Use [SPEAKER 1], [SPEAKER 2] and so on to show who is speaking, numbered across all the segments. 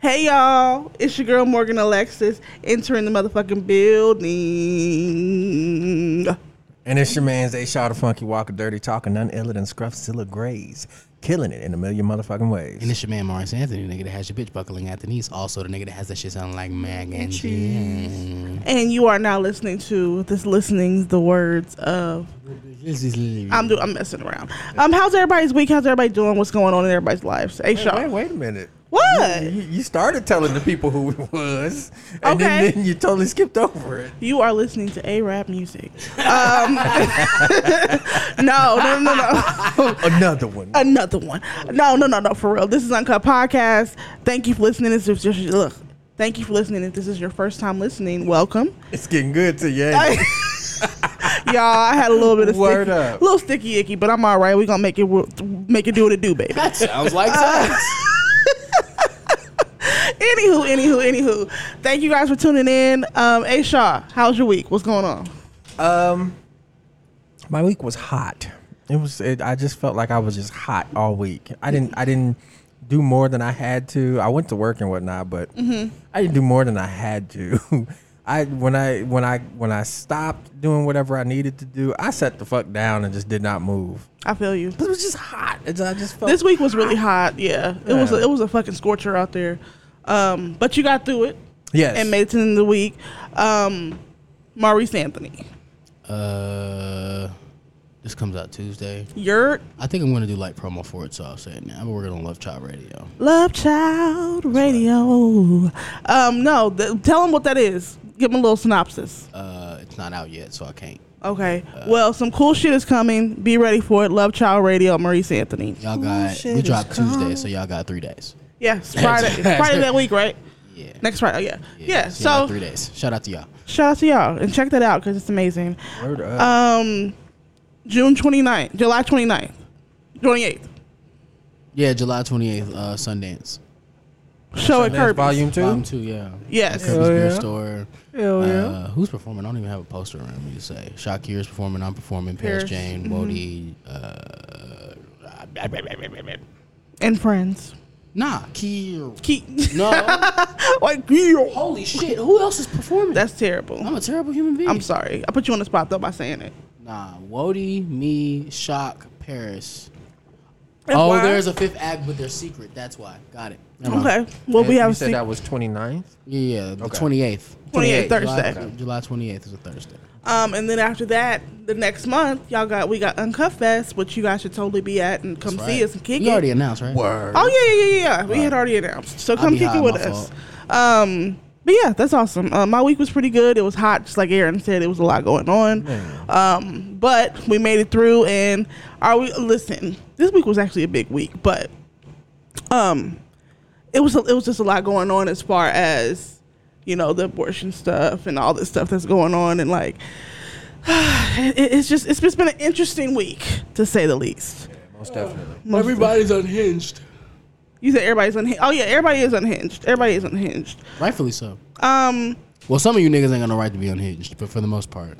[SPEAKER 1] Hey y'all, it's your girl Morgan Alexis entering the motherfucking building.
[SPEAKER 2] And it's your man's A Shot of Funky Walker Dirty Talking, none iller than Scruffzilla Grays. Killing it in a million motherfucking ways.
[SPEAKER 3] And it's your man Maurice Anthony, the nigga that has your bitch buckling at the knees. Also, the nigga that has that shit sounding like Mac and cheese.
[SPEAKER 1] And you are now listening to this listening's the words of I'm do, I'm messing around. Um, how's everybody's week? How's everybody doing? What's going on in everybody's lives? Hey,
[SPEAKER 2] wait, wait,
[SPEAKER 1] Shaw.
[SPEAKER 2] wait a minute.
[SPEAKER 1] What?
[SPEAKER 2] You, you started telling the people who it was, and
[SPEAKER 1] Okay.
[SPEAKER 2] then, then you totally skipped over it.
[SPEAKER 1] You are listening to A rap music. Um, no, no, no, no.
[SPEAKER 2] Another one.
[SPEAKER 1] Another one. No, no, no, no. For real, this is Uncut Podcast. Thank you for listening. This is just look. Thank you for listening. If this is your first time listening, welcome.
[SPEAKER 2] It's getting good to you. ain't it?
[SPEAKER 1] I- Y'all, I had a little bit of
[SPEAKER 2] Word
[SPEAKER 1] sticky,
[SPEAKER 2] up.
[SPEAKER 1] little sticky icky, but I'm all right. We gonna make it wo- make it do what it do, baby.
[SPEAKER 3] Sounds like sex.
[SPEAKER 1] anywho, anywho, anywho. Thank you guys for tuning in. Um, hey Shaw, how's your week? What's going on?
[SPEAKER 2] Um, my week was hot. It was. It, I just felt like I was just hot all week. I didn't. I didn't do more than I had to. I went to work and whatnot, but
[SPEAKER 1] Mm-hmm.
[SPEAKER 2] I didn't do more than I had to. I when I when I when I stopped doing whatever I needed to do, I sat the fuck down and just did not move.
[SPEAKER 1] I feel you.
[SPEAKER 2] It was just hot. It's- I just felt
[SPEAKER 1] This week was really hot. Yeah, it was. A,
[SPEAKER 2] Yeah.
[SPEAKER 1] it was a fucking scorcher out there. Um, but you got through it
[SPEAKER 2] yes.
[SPEAKER 1] and made it to the end of the week. Um, Maurice Anthony,
[SPEAKER 3] Uh, this comes out Tuesday.
[SPEAKER 1] your
[SPEAKER 3] I think I'm gonna do like promo for it, so I'll say it now. I've been working on Love Child Radio.
[SPEAKER 1] Love Child Radio. Um, no, th- tell them what that is. Give them a little synopsis.
[SPEAKER 3] Uh, it's not out yet, so I can't.
[SPEAKER 1] Okay. well, some cool shit is coming. Be ready for it. Love Child Radio, Maurice Anthony.
[SPEAKER 3] Y'all got we dropped Tuesday, so y'all got three days.
[SPEAKER 1] Yes, Friday. it's Friday that week, right?
[SPEAKER 3] Yeah.
[SPEAKER 1] Next Friday. Yeah. Yeah.
[SPEAKER 3] so y'all
[SPEAKER 1] so
[SPEAKER 3] got three days. Shout out to y'all.
[SPEAKER 1] shout out to y'all and check that out because it's amazing.
[SPEAKER 2] Word up.
[SPEAKER 1] Um, June 29th, July 29th, 28th.
[SPEAKER 3] Yeah, July 28th, uh, Sundance.
[SPEAKER 1] Show at
[SPEAKER 2] Sundance
[SPEAKER 1] Kirby's.
[SPEAKER 2] Volume Two.
[SPEAKER 3] Volume two, yeah.
[SPEAKER 1] Yes.
[SPEAKER 3] Kirby's
[SPEAKER 2] Hell
[SPEAKER 3] Beer
[SPEAKER 2] yeah.
[SPEAKER 3] Store.
[SPEAKER 2] Hell yeah.
[SPEAKER 3] Uh, who's performing? I don't even have a poster around me to say. Shakira's performing. I'm performing. Paris,
[SPEAKER 1] Paris,
[SPEAKER 3] Jane, Bodie. Uh,
[SPEAKER 1] And friends.
[SPEAKER 3] nah, Kier.
[SPEAKER 1] Keep.
[SPEAKER 3] No.
[SPEAKER 1] like, yeah.
[SPEAKER 3] Holy shit. Who else is performing?
[SPEAKER 1] That's terrible.
[SPEAKER 3] I'm a terrible human being.
[SPEAKER 1] I'm sorry. I put you on the spot though by saying it.
[SPEAKER 3] Nah, Wody, me, Shock, Paris.
[SPEAKER 1] That's
[SPEAKER 3] oh,
[SPEAKER 1] why.
[SPEAKER 3] there's a fifth act, but they're secret. That's why. Got it. Never mind.
[SPEAKER 1] Okay. Well, we
[SPEAKER 2] you
[SPEAKER 1] have a
[SPEAKER 2] said
[SPEAKER 1] sec-
[SPEAKER 2] that was 29th?
[SPEAKER 3] Yeah, yeah. The
[SPEAKER 2] Okay.
[SPEAKER 3] 28th.
[SPEAKER 1] 28th,
[SPEAKER 3] July-
[SPEAKER 1] Thursday.
[SPEAKER 3] July 28th is a Thursday.
[SPEAKER 1] Um, and then after that, the next month, y'all got we got Uncut Fest, which you guys should totally be at and come see us and kick
[SPEAKER 3] You
[SPEAKER 1] it.
[SPEAKER 3] already announced, right?
[SPEAKER 2] Word.
[SPEAKER 1] oh yeah, yeah, yeah, yeah. We had already announced, so come
[SPEAKER 3] be
[SPEAKER 1] kick
[SPEAKER 3] high,
[SPEAKER 1] it with
[SPEAKER 3] my
[SPEAKER 1] us. Um, but yeah, that's awesome. Uh, my week was pretty good. It was hot, just like Aaron said. It was a lot going on, um, but we made it through. And are we? Listen, this week was actually a big week, but um, it was it was just a lot going on as far as you know the abortion stuff and all this stuff that's going on and like it, it's just it's just been an interesting week to say the least.
[SPEAKER 2] Most definitely.
[SPEAKER 3] Everybody's unhinged.
[SPEAKER 1] You said everybody's unhinged. Oh yeah, everybody is unhinged. Everybody is unhinged.
[SPEAKER 3] Rightfully so.
[SPEAKER 1] Um,
[SPEAKER 3] Well, some of you niggas ain't got no right to be unhinged, but for the most part.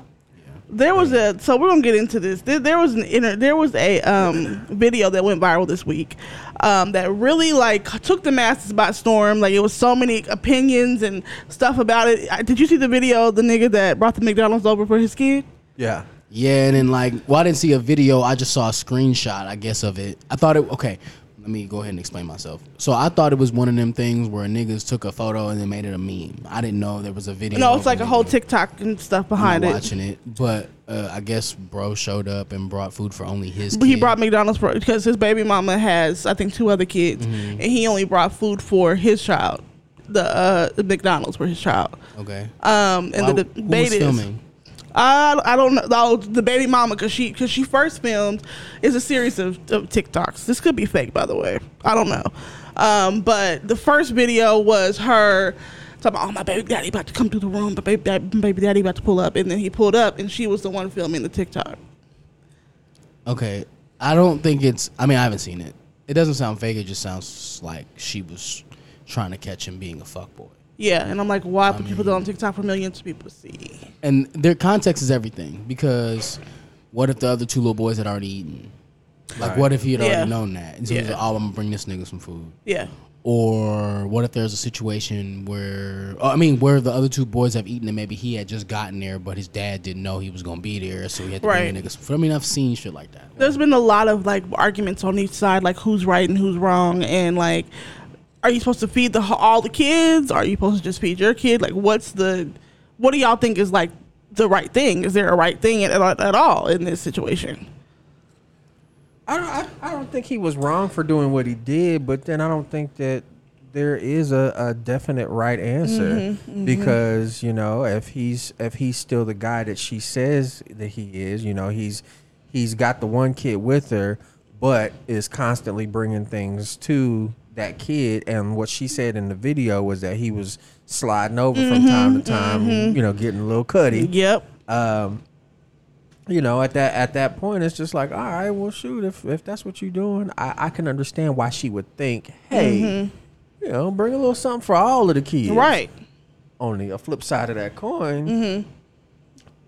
[SPEAKER 1] there was a so we're gonna get into this. There, there was an inter, there was a um video that went viral this week, um that really like took the masses by storm. Like it was so many opinions and stuff about it. I, did you see the video? of The nigga that brought the McDonald's over for his kid.
[SPEAKER 2] Yeah.
[SPEAKER 3] Yeah, and then like, well, I didn't see a video. I just saw a screenshot, I guess, of it. I thought it okay. Let me go ahead and explain myself. So I thought it was one of them things where niggas took a photo and then made it a meme. I didn't know there was a video.
[SPEAKER 1] No,
[SPEAKER 3] of
[SPEAKER 1] it's like a
[SPEAKER 3] nigga
[SPEAKER 1] whole TikTok and stuff behind it.
[SPEAKER 3] watching it, but uh, I guess bro showed up and brought food for only his.
[SPEAKER 1] But he
[SPEAKER 3] kid.
[SPEAKER 1] brought McDonald's for because his baby mama has I think two other kids,
[SPEAKER 3] Mm-hmm.
[SPEAKER 1] and he only brought food for his child, the uh, the McDonald's for his child.
[SPEAKER 3] Okay.
[SPEAKER 1] Um, and
[SPEAKER 3] Why-
[SPEAKER 1] the
[SPEAKER 3] who
[SPEAKER 1] debate
[SPEAKER 3] was
[SPEAKER 1] is,
[SPEAKER 3] filming?
[SPEAKER 1] I, I don't know oh, the baby mama because she because she first filmed is a series of, of TikToks. This could be fake, by the way. I don't know, um, but the first video was her talking about oh my baby daddy about to come through the room, but baby dad- baby daddy about to pull up, and then he pulled up, and she was the one filming the TikTok.
[SPEAKER 3] Okay. I don't think it's. I mean, I haven't seen it. It doesn't sound fake. It just sounds like she was trying to catch him being a fuckboy.
[SPEAKER 1] Yeah, and I'm like, why would you put that on TikTok for millions of people to see?
[SPEAKER 3] and their context is everything because what if the other two little boys had already eaten? Like,
[SPEAKER 2] Right.
[SPEAKER 3] what if he had
[SPEAKER 1] Yeah.
[SPEAKER 3] already known that? And so he's
[SPEAKER 1] Yeah.
[SPEAKER 3] like, oh, I'm gonna bring this nigga some food.
[SPEAKER 1] Yeah,
[SPEAKER 3] Or what if there's a situation where uh, I mean, where the other two boys have eaten and maybe he had just gotten there, but his dad didn't know he was gonna be there, so he had to bring the
[SPEAKER 1] Right.
[SPEAKER 3] niggas. food. I mean, I've seen shit like that.
[SPEAKER 1] There's been a lot of like arguments on each side, like who's right and who's wrong, and like, are you supposed to feed the all the kids? Are you supposed to just feed your kid? Like, what's the, what do y'all think is like the right thing? Is there a right thing at, at, at all in this situation?
[SPEAKER 2] I don't, I, I don't think he was wrong for doing what he did, but then I don't think that there is a, a definite right answer because you know if he's if he's still the guy that she says that he is, you know he's he's got the one kid with her, but is constantly bringing things to that kid, and what she said in the video was that he was sliding over from time to time, you know, getting a little cutty
[SPEAKER 1] Yep.
[SPEAKER 2] um, you know, at that at that point, it's just like, all right, well, shoot, if if that's what you're doing, I, I can understand why she would think, hey, you know, bring a little something for all of the kids.
[SPEAKER 1] Mm-hmm. Right. Mm-hmm.
[SPEAKER 2] On the flip side of that coin,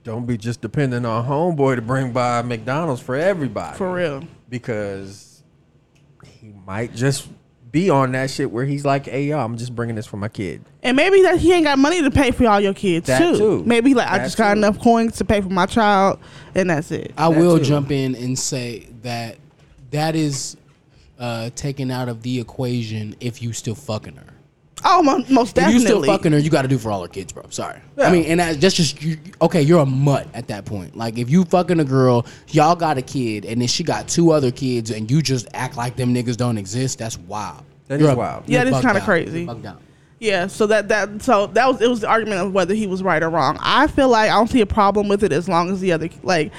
[SPEAKER 2] don't be just depending on homeboy to bring by McDonald's for everybody
[SPEAKER 1] For real.
[SPEAKER 2] because he might just be on that shit where he's like, hey, yo, I'm just bringing this for my kid.
[SPEAKER 1] And maybe that he ain't got money to pay for all your kids
[SPEAKER 2] That
[SPEAKER 1] too.
[SPEAKER 2] too.
[SPEAKER 1] Maybe like
[SPEAKER 2] That
[SPEAKER 1] I just got
[SPEAKER 2] too.
[SPEAKER 1] enough coins to pay for my child, and that's it.
[SPEAKER 3] I
[SPEAKER 2] That
[SPEAKER 3] will
[SPEAKER 2] too.
[SPEAKER 3] jump in and say that that is uh, taken out of the equation if you still fucking her.
[SPEAKER 1] oh, mo- most
[SPEAKER 3] If
[SPEAKER 1] definitely.
[SPEAKER 3] you still fucking her, you got to do for all her kids, bro. Sorry. I
[SPEAKER 2] Yeah.
[SPEAKER 3] mean, and that, that's just you, okay. You're a mutt at that point. Like if you fucking a girl, y'all got a kid, and then she got two other kids, and you just act like them niggas don't exist. That's wild.
[SPEAKER 2] That
[SPEAKER 3] You're
[SPEAKER 2] is
[SPEAKER 3] a-
[SPEAKER 2] wild.
[SPEAKER 3] you're
[SPEAKER 1] Yeah, that is
[SPEAKER 3] bugged
[SPEAKER 1] kinda
[SPEAKER 3] out.
[SPEAKER 1] crazy.
[SPEAKER 3] You're bugged out.
[SPEAKER 1] Yeah, so that that so that was it was the argument of whether he was right or wrong. I feel like I don't see a problem with it as long as the other like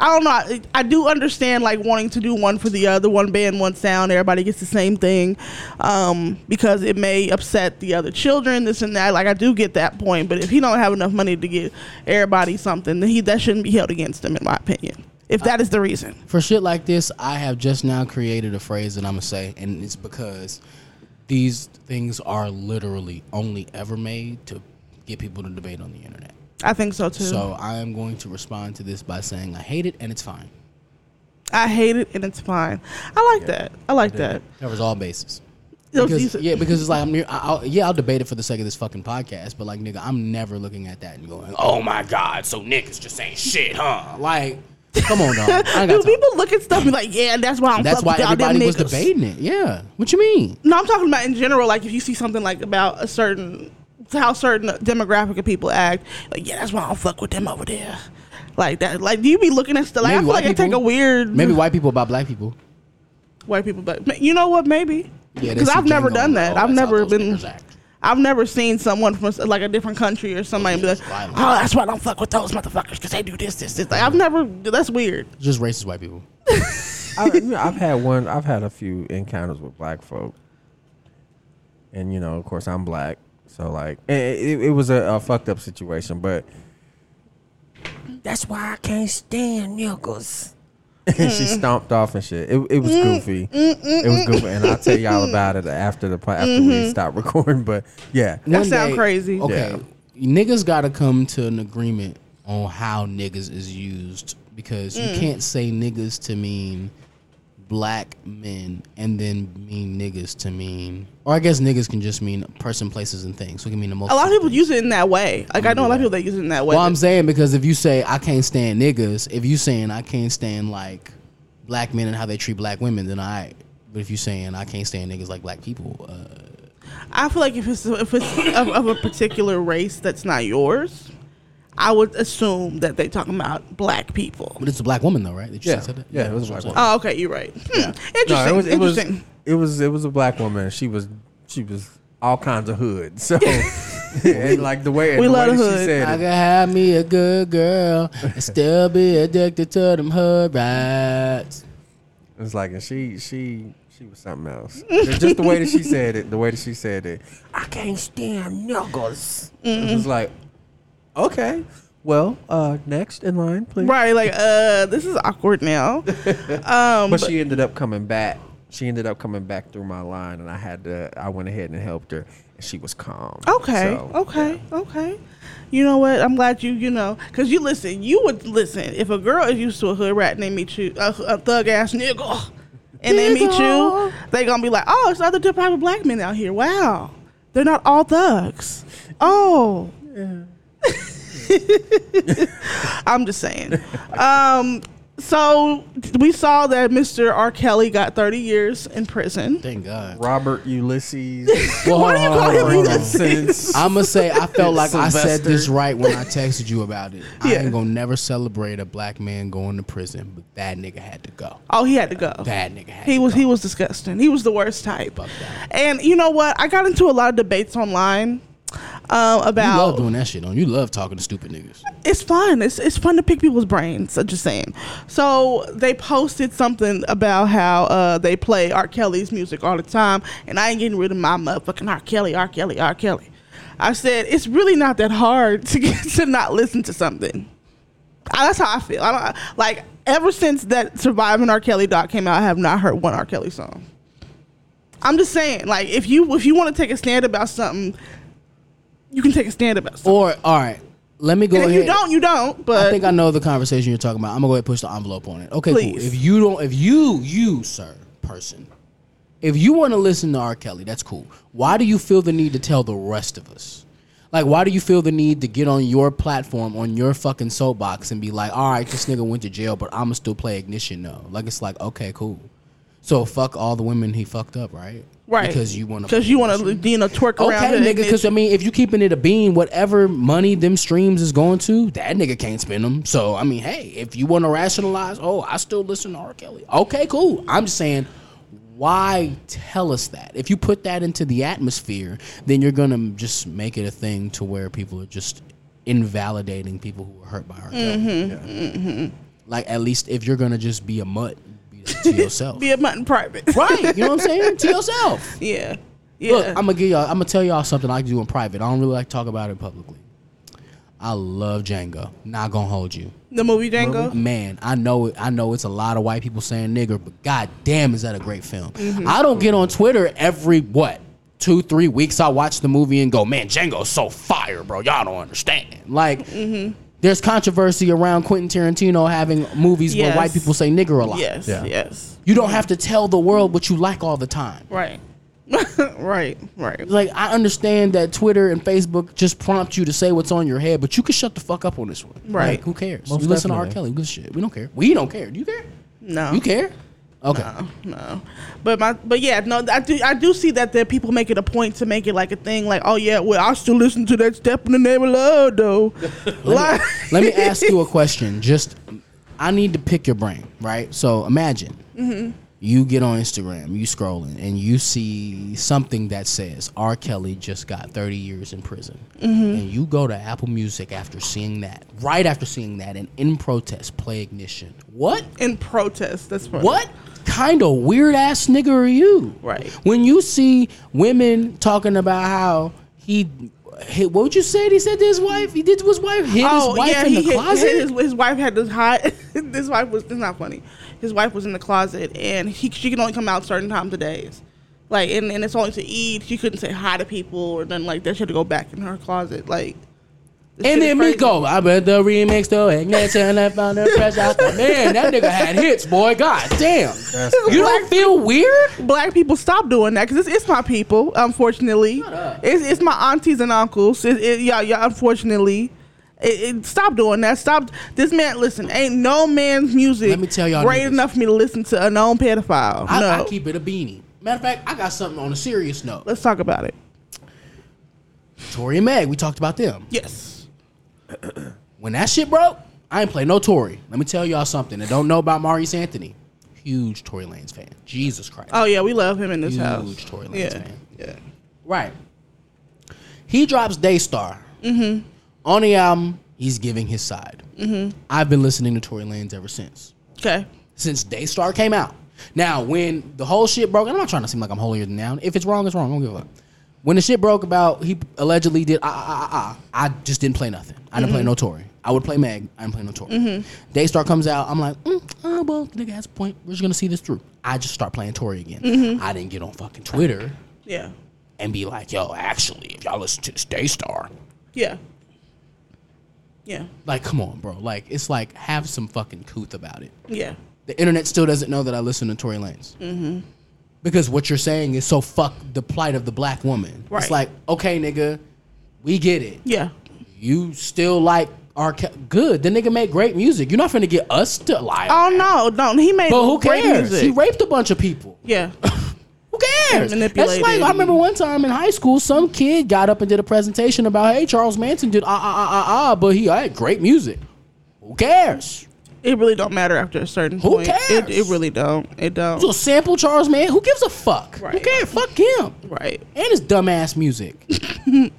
[SPEAKER 1] I don't know. I, I do understand like wanting to do one for the other, one band, one sound. Everybody gets the same thing um, because it may upset the other children, this and that. Like I do get that point, but if he don't have enough money to give everybody something, then he that shouldn't be held against him, in my opinion. If that is the reason,
[SPEAKER 3] for shit like this, I have just now created a phrase that I'm gonna say, and it's because these things are literally only ever made to get people to debate on the internet.
[SPEAKER 1] I think so too.
[SPEAKER 3] So I am going to respond to this by saying I hate it and it's fine.
[SPEAKER 1] I hate it and it's fine. I like that. I like that.
[SPEAKER 3] Covers all bases.
[SPEAKER 1] Those-
[SPEAKER 3] Because,
[SPEAKER 1] these-
[SPEAKER 3] yeah, because it's like I'm near, I- I'll, yeah, I'll debate it for the sake of this fucking podcast, but like nigga, I'm never looking at that and going, oh my god, so niggas just ain't shit, huh? Like, come on, dog. I ain't got
[SPEAKER 1] Do
[SPEAKER 3] time.
[SPEAKER 1] people look at stuff and be like, yeah, that's why I'm
[SPEAKER 3] That's
[SPEAKER 1] fuck
[SPEAKER 3] why
[SPEAKER 1] with y'all damn
[SPEAKER 3] everybody was
[SPEAKER 1] niggas.
[SPEAKER 3] debating it. Yeah, what you mean?
[SPEAKER 1] No, I'm talking about in general. Like if you see something like about a certain how certain demographic of people act, like yeah, that's why I don't fuck with them over there. Like that. Like do you be looking at stuff? Like I feel
[SPEAKER 3] white
[SPEAKER 1] like it
[SPEAKER 3] people-
[SPEAKER 1] take a weird
[SPEAKER 3] Maybe white people about black people.
[SPEAKER 1] white people, but ma- you know what? Maybe
[SPEAKER 3] Yeah,
[SPEAKER 1] because
[SPEAKER 3] they see
[SPEAKER 1] I've never
[SPEAKER 3] Django
[SPEAKER 1] done
[SPEAKER 3] and
[SPEAKER 1] that.
[SPEAKER 3] go, "Oh,
[SPEAKER 1] I've
[SPEAKER 3] that's how
[SPEAKER 1] never
[SPEAKER 3] those
[SPEAKER 1] been.
[SPEAKER 3] niggas act."
[SPEAKER 1] I've never seen someone from s- like a different country or somebody be like,
[SPEAKER 3] Those
[SPEAKER 1] oh,
[SPEAKER 3] niggas violent.
[SPEAKER 1] that's why I don't fuck with those motherfuckers because they do this, this, this. Like I've never. That's weird.
[SPEAKER 3] Just racist white people.
[SPEAKER 2] I, you know, I've had one. I've had a few encounters with black folk, and you know, of course, I'm black, so like, it, it, it was a, a fucked up situation, but that's why I can't stand niggas. And she stomped off and shit. It, it was goofy. It was goofy, and I'll tell y'all about it after the po- after
[SPEAKER 1] Mm-hmm.
[SPEAKER 2] we stop recording. But yeah,
[SPEAKER 1] That sound crazy.
[SPEAKER 3] Okay, niggas gotta come to an agreement on how niggas is used because
[SPEAKER 1] Mm.
[SPEAKER 3] you can't say niggas to mean black men and then mean niggas to mean, or I guess niggas can just mean person, places, and things. So it can mean the most.
[SPEAKER 1] A lot of people use it in that way. Like I know a lot of people that use it in that way.
[SPEAKER 3] Well, I'm saying because if you say I can't stand niggas, if you saying I can't stand like black men and how they treat black women, then I. But if you saying I can't stand niggas like black people, uh,
[SPEAKER 1] I feel like if it's if it's of, of a particular race that's not yours, I would assume that they talking about black people.
[SPEAKER 3] but it's a black woman though, right? That you
[SPEAKER 2] yeah,
[SPEAKER 3] said that?
[SPEAKER 2] yeah, it was a black woman.
[SPEAKER 1] Oh, okay, you're right. Hmm. Interesting.
[SPEAKER 2] No, it was it was
[SPEAKER 1] interesting.
[SPEAKER 2] it was it was a black woman. She was she was all kinds of hood. So and like the way, and
[SPEAKER 1] We
[SPEAKER 2] the
[SPEAKER 1] love
[SPEAKER 2] way
[SPEAKER 1] the
[SPEAKER 2] that she
[SPEAKER 1] hood.
[SPEAKER 2] said
[SPEAKER 3] I
[SPEAKER 2] it.
[SPEAKER 3] could have me a good girl and still be addicted to them hood rats.
[SPEAKER 2] It was like, and she she she was something else. Just just the way that she said it, the way that she said it. I can't stand niggas. It was like, okay, well, uh, next in line, please.
[SPEAKER 1] Right, like uh, this is awkward now. Um,
[SPEAKER 2] But she ended up coming back. She ended up coming back through my line, and I had to. I went ahead and helped her, and she was calm.
[SPEAKER 1] Okay.
[SPEAKER 2] So,
[SPEAKER 1] okay. Okay. You know what? I'm glad you. You know, because you listen. You would listen if a girl is used to a hood rat and they meet you a, a thug ass nigga. and they meet you, they gonna be like, oh, it's other type of black men out here. Wow, they're not all thugs. Oh, I'm just saying. Um, so we saw that Mr. R. Kelly got 30 years in prison.
[SPEAKER 3] Thank God.
[SPEAKER 2] Robert Ulysses.
[SPEAKER 3] Well,
[SPEAKER 1] Why do you
[SPEAKER 3] hold on,
[SPEAKER 1] call
[SPEAKER 3] hold on,
[SPEAKER 1] him
[SPEAKER 3] hold on.
[SPEAKER 2] Since-
[SPEAKER 3] I'm gonna say I felt like I said
[SPEAKER 2] Sylvester.
[SPEAKER 3] this right when I texted you about it. I
[SPEAKER 1] Yeah.
[SPEAKER 3] ain't gonna never celebrate a black man going to prison, but that nigga had to go.
[SPEAKER 1] Oh, he had to go.
[SPEAKER 3] That nigga had
[SPEAKER 1] He
[SPEAKER 3] to
[SPEAKER 1] was
[SPEAKER 3] go.
[SPEAKER 1] he was disgusting. He was the worst type.
[SPEAKER 3] Fuck that.
[SPEAKER 1] And you know what? I got into a lot of debates online um,
[SPEAKER 3] You love
[SPEAKER 1] about
[SPEAKER 3] doing that shit on. You love talking to stupid niggas.
[SPEAKER 1] it's fun. It's it's fun to pick people's brains. I'm just saying. So they posted something about how uh, they play R. Kelly's music all the time, and I ain't getting rid of my motherfucking R. Kelly, R. Kelly, R. Kelly. I said it's really not that hard to get to not listen to something. I- that's how I feel. I don't like ever since that Surviving R. Kelly doc came out. I have not heard one R. Kelly song. I'm just saying, like if you if you want to take a stand about something, you can take a stand about something.
[SPEAKER 3] Or all right, let me go
[SPEAKER 1] and if you
[SPEAKER 3] ahead.
[SPEAKER 1] don't, you don't. But
[SPEAKER 3] I think I know the conversation you're talking about. I'm gonna go ahead and push the envelope on it. Okay,
[SPEAKER 1] Please.
[SPEAKER 3] cool. If you don't, if you, you, sir, person, if you want to listen to R. Kelly, that's cool. Why do you feel the need to tell the rest of us? Like, why do you feel the need to get on your platform, on your fucking soapbox, and be like, all right, this nigga went to jail, but I'ma still play Ignition though? Like, it's like, okay, cool. So fuck all the women he fucked up, right?
[SPEAKER 1] Right.
[SPEAKER 3] Because you want to.
[SPEAKER 1] Because you want to, you know, twerk around.
[SPEAKER 3] Okay,
[SPEAKER 1] and
[SPEAKER 3] nigga.
[SPEAKER 1] then-
[SPEAKER 3] Because I mean, if you keeping it a bean, whatever money them streams is going to, that nigga can't spend them. So I mean, hey, if you want to rationalize, oh, I still listen to R. Kelly. Okay, cool. I'm just saying, why tell us that? If you put that into the atmosphere, then you're gonna just make it a thing to where people are just invalidating people who were hurt by R. Kelly.
[SPEAKER 1] Mm-hmm.
[SPEAKER 3] Like at least if you're gonna just be a mutt, be that to yourself.
[SPEAKER 1] be a mutt in private.
[SPEAKER 3] Right, you know what I'm saying? To yourself.
[SPEAKER 1] yeah. Yeah.
[SPEAKER 3] Look, I'm gonna give y'all. I'm gonna tell y'all something I do in private. I don't really like to talk about it publicly. I love Django. Not gonna hold you,
[SPEAKER 1] the movie Django.
[SPEAKER 3] man. I know it. I know it's a lot of white people saying nigger, but god damn, is that a great film?
[SPEAKER 1] Mm-hmm.
[SPEAKER 3] I don't get on Twitter every what two three weeks. I watch the movie and go, man, Django's so fire, bro. Y'all don't understand. Like.
[SPEAKER 1] Mm-hmm.
[SPEAKER 3] There's controversy around Quentin Tarantino having movies where
[SPEAKER 1] Yes.
[SPEAKER 3] white people say nigger a lot.
[SPEAKER 1] Yes.
[SPEAKER 2] Yeah.
[SPEAKER 1] Yes.
[SPEAKER 3] You don't have to tell the world what you like all the time.
[SPEAKER 1] Right. right. Right.
[SPEAKER 3] like I understand that Twitter and Facebook just prompt you to say what's on your head, but you can shut the fuck up on this one.
[SPEAKER 1] Right.
[SPEAKER 3] Like, who cares?
[SPEAKER 2] Most
[SPEAKER 3] we listen to R.
[SPEAKER 2] definitely.
[SPEAKER 3] Kelly. Good shit. We don't care. We don't care. Do you care?
[SPEAKER 1] No.
[SPEAKER 3] You care? Okay.
[SPEAKER 1] No. But my. But yeah. No. I do. I do see that that people make it a point to make it like a thing. Like, oh yeah. Well, I still listen to that step in the name of love though. like.
[SPEAKER 3] Let me ask you a question. Just I need to pick your brain, right? So imagine
[SPEAKER 1] Mm-hmm.
[SPEAKER 3] you get on Instagram, you scrolling, and you see something that says R. Kelly just got 30 years in prison,
[SPEAKER 1] Mm-hmm.
[SPEAKER 3] and you go to Apple Music after seeing that, right after seeing that, and in protest, play Ignition. What?
[SPEAKER 1] in protest. That's funny.
[SPEAKER 3] What kind of weird ass nigga are you?
[SPEAKER 1] Right.
[SPEAKER 3] When you see women talking about how he, hit, what would you say? He said to his wife, he did to his wife, hit
[SPEAKER 1] Oh
[SPEAKER 3] his wife
[SPEAKER 1] yeah,
[SPEAKER 3] in
[SPEAKER 1] he
[SPEAKER 3] the
[SPEAKER 1] hit,
[SPEAKER 3] closet.
[SPEAKER 1] hit his, his wife had this high. his wife was. It's not funny. His wife was in the closet, and he she can only come out certain times of days. Like, and, and it's only to eat. She couldn't say hi to people or nothing like that. She had to go back in her closet. Like, this shit
[SPEAKER 3] and
[SPEAKER 1] is
[SPEAKER 3] then
[SPEAKER 1] crazy.
[SPEAKER 3] me go, I bet the remix though, Ignition, I found the pressure. I thought, Man, that nigga had hits, boy. God damn. You don't feel weird?
[SPEAKER 1] Black people stop doing that because it's, it's my people. Unfortunately, it's, it's my aunties and uncles. It, it, y'all, y'all, unfortunately. It, it, stop doing that. Stop. This man, listen, ain't no man's music
[SPEAKER 3] Let me tell y'all
[SPEAKER 1] great
[SPEAKER 3] niggas.
[SPEAKER 1] enough for me to listen to a known pedophile.
[SPEAKER 3] I,
[SPEAKER 1] no.
[SPEAKER 3] I keep it a beanie. Matter of fact, I got something on a serious note.
[SPEAKER 1] Let's talk about it.
[SPEAKER 3] Tori and Meg, we talked about them.
[SPEAKER 1] Yes.
[SPEAKER 3] When that shit broke, I ain't play no Tory. Let me tell y'all something. I don't know about Maurice Anthony. Huge Tory Lanez fan. Jesus Christ.
[SPEAKER 1] Oh yeah, we love him in this
[SPEAKER 3] Huge
[SPEAKER 1] house.
[SPEAKER 3] Tory Lanez
[SPEAKER 1] yeah.
[SPEAKER 3] fan.
[SPEAKER 1] Yeah.
[SPEAKER 3] Right. He drops Daystar. Mm-hmm. On the album, he's giving his side. Mm-hmm. I've been listening to Tory Lanez ever since.
[SPEAKER 1] Okay.
[SPEAKER 3] Since Daystar came out. Now, when the whole shit broke, and I'm not trying to seem like I'm holier than thou. If it's wrong, it's wrong. I don't give a fuck. When the shit broke about he allegedly did ah ah ah ah, I just didn't play nothing. I didn't play no Tory. I would play Meg. I didn't play no Tory. Daystar comes out. I'm like, mm, ah, well, the nigga has a point. We're just gonna see this through. I just start playing Tory again. I didn't get on fucking Twitter
[SPEAKER 1] Yeah.
[SPEAKER 3] and be like, yo, actually, if y'all listen to this Daystar,
[SPEAKER 1] Yeah. Yeah.
[SPEAKER 3] like, come on, bro. Like, it's like, have some fucking couth about it.
[SPEAKER 1] Yeah.
[SPEAKER 3] The internet still doesn't know that I listen to Tory Lanez. Mm-hmm. Because what you're saying is so fuck the plight of the black woman.
[SPEAKER 1] Right.
[SPEAKER 3] It's like, okay, nigga, we get it.
[SPEAKER 1] Yeah.
[SPEAKER 3] You still like our good. The nigga made great music. You're not finna get us to lie.
[SPEAKER 1] Oh no, no, he made
[SPEAKER 3] but who
[SPEAKER 1] great
[SPEAKER 3] cares?
[SPEAKER 1] music.
[SPEAKER 3] He raped a bunch of people.
[SPEAKER 1] yeah.
[SPEAKER 3] Who cares? That's
[SPEAKER 1] Manipulated.
[SPEAKER 3] like I remember one time in high school, some kid got up and did a presentation about, hey, Charles Manson did ah ah ah ah ah, but he had great music. Who cares?
[SPEAKER 1] It really don't matter after a certain
[SPEAKER 3] Who
[SPEAKER 1] point. It,
[SPEAKER 3] cares?
[SPEAKER 1] it really don't. It don't.
[SPEAKER 3] So sample Charles Man. Who gives a fuck? Who
[SPEAKER 1] Right.
[SPEAKER 3] cares? Fuck him.
[SPEAKER 1] Right.
[SPEAKER 3] And his dumbass music,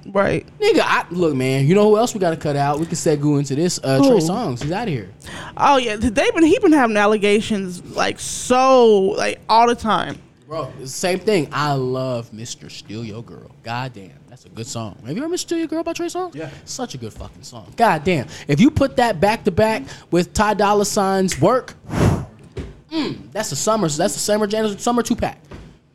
[SPEAKER 1] Right.
[SPEAKER 3] nigga. I, look, man. You know who else we gotta cut out? We can segue into this. Uh, Trey
[SPEAKER 1] Who?
[SPEAKER 3] Songs. He's out of here.
[SPEAKER 1] Oh yeah, they've been he been having allegations like so like all the time.
[SPEAKER 3] Bro, it's the same thing. I love Mr. Steal Your Girl. God damn, that's a good song. Have you ever Steal Your Girl by Trey Songz? Yeah. Such a good fucking song. God damn. If you put that back to back with Ty Dolla Sign's work, mm, that's a summer. That's a summer Janis summer two pack.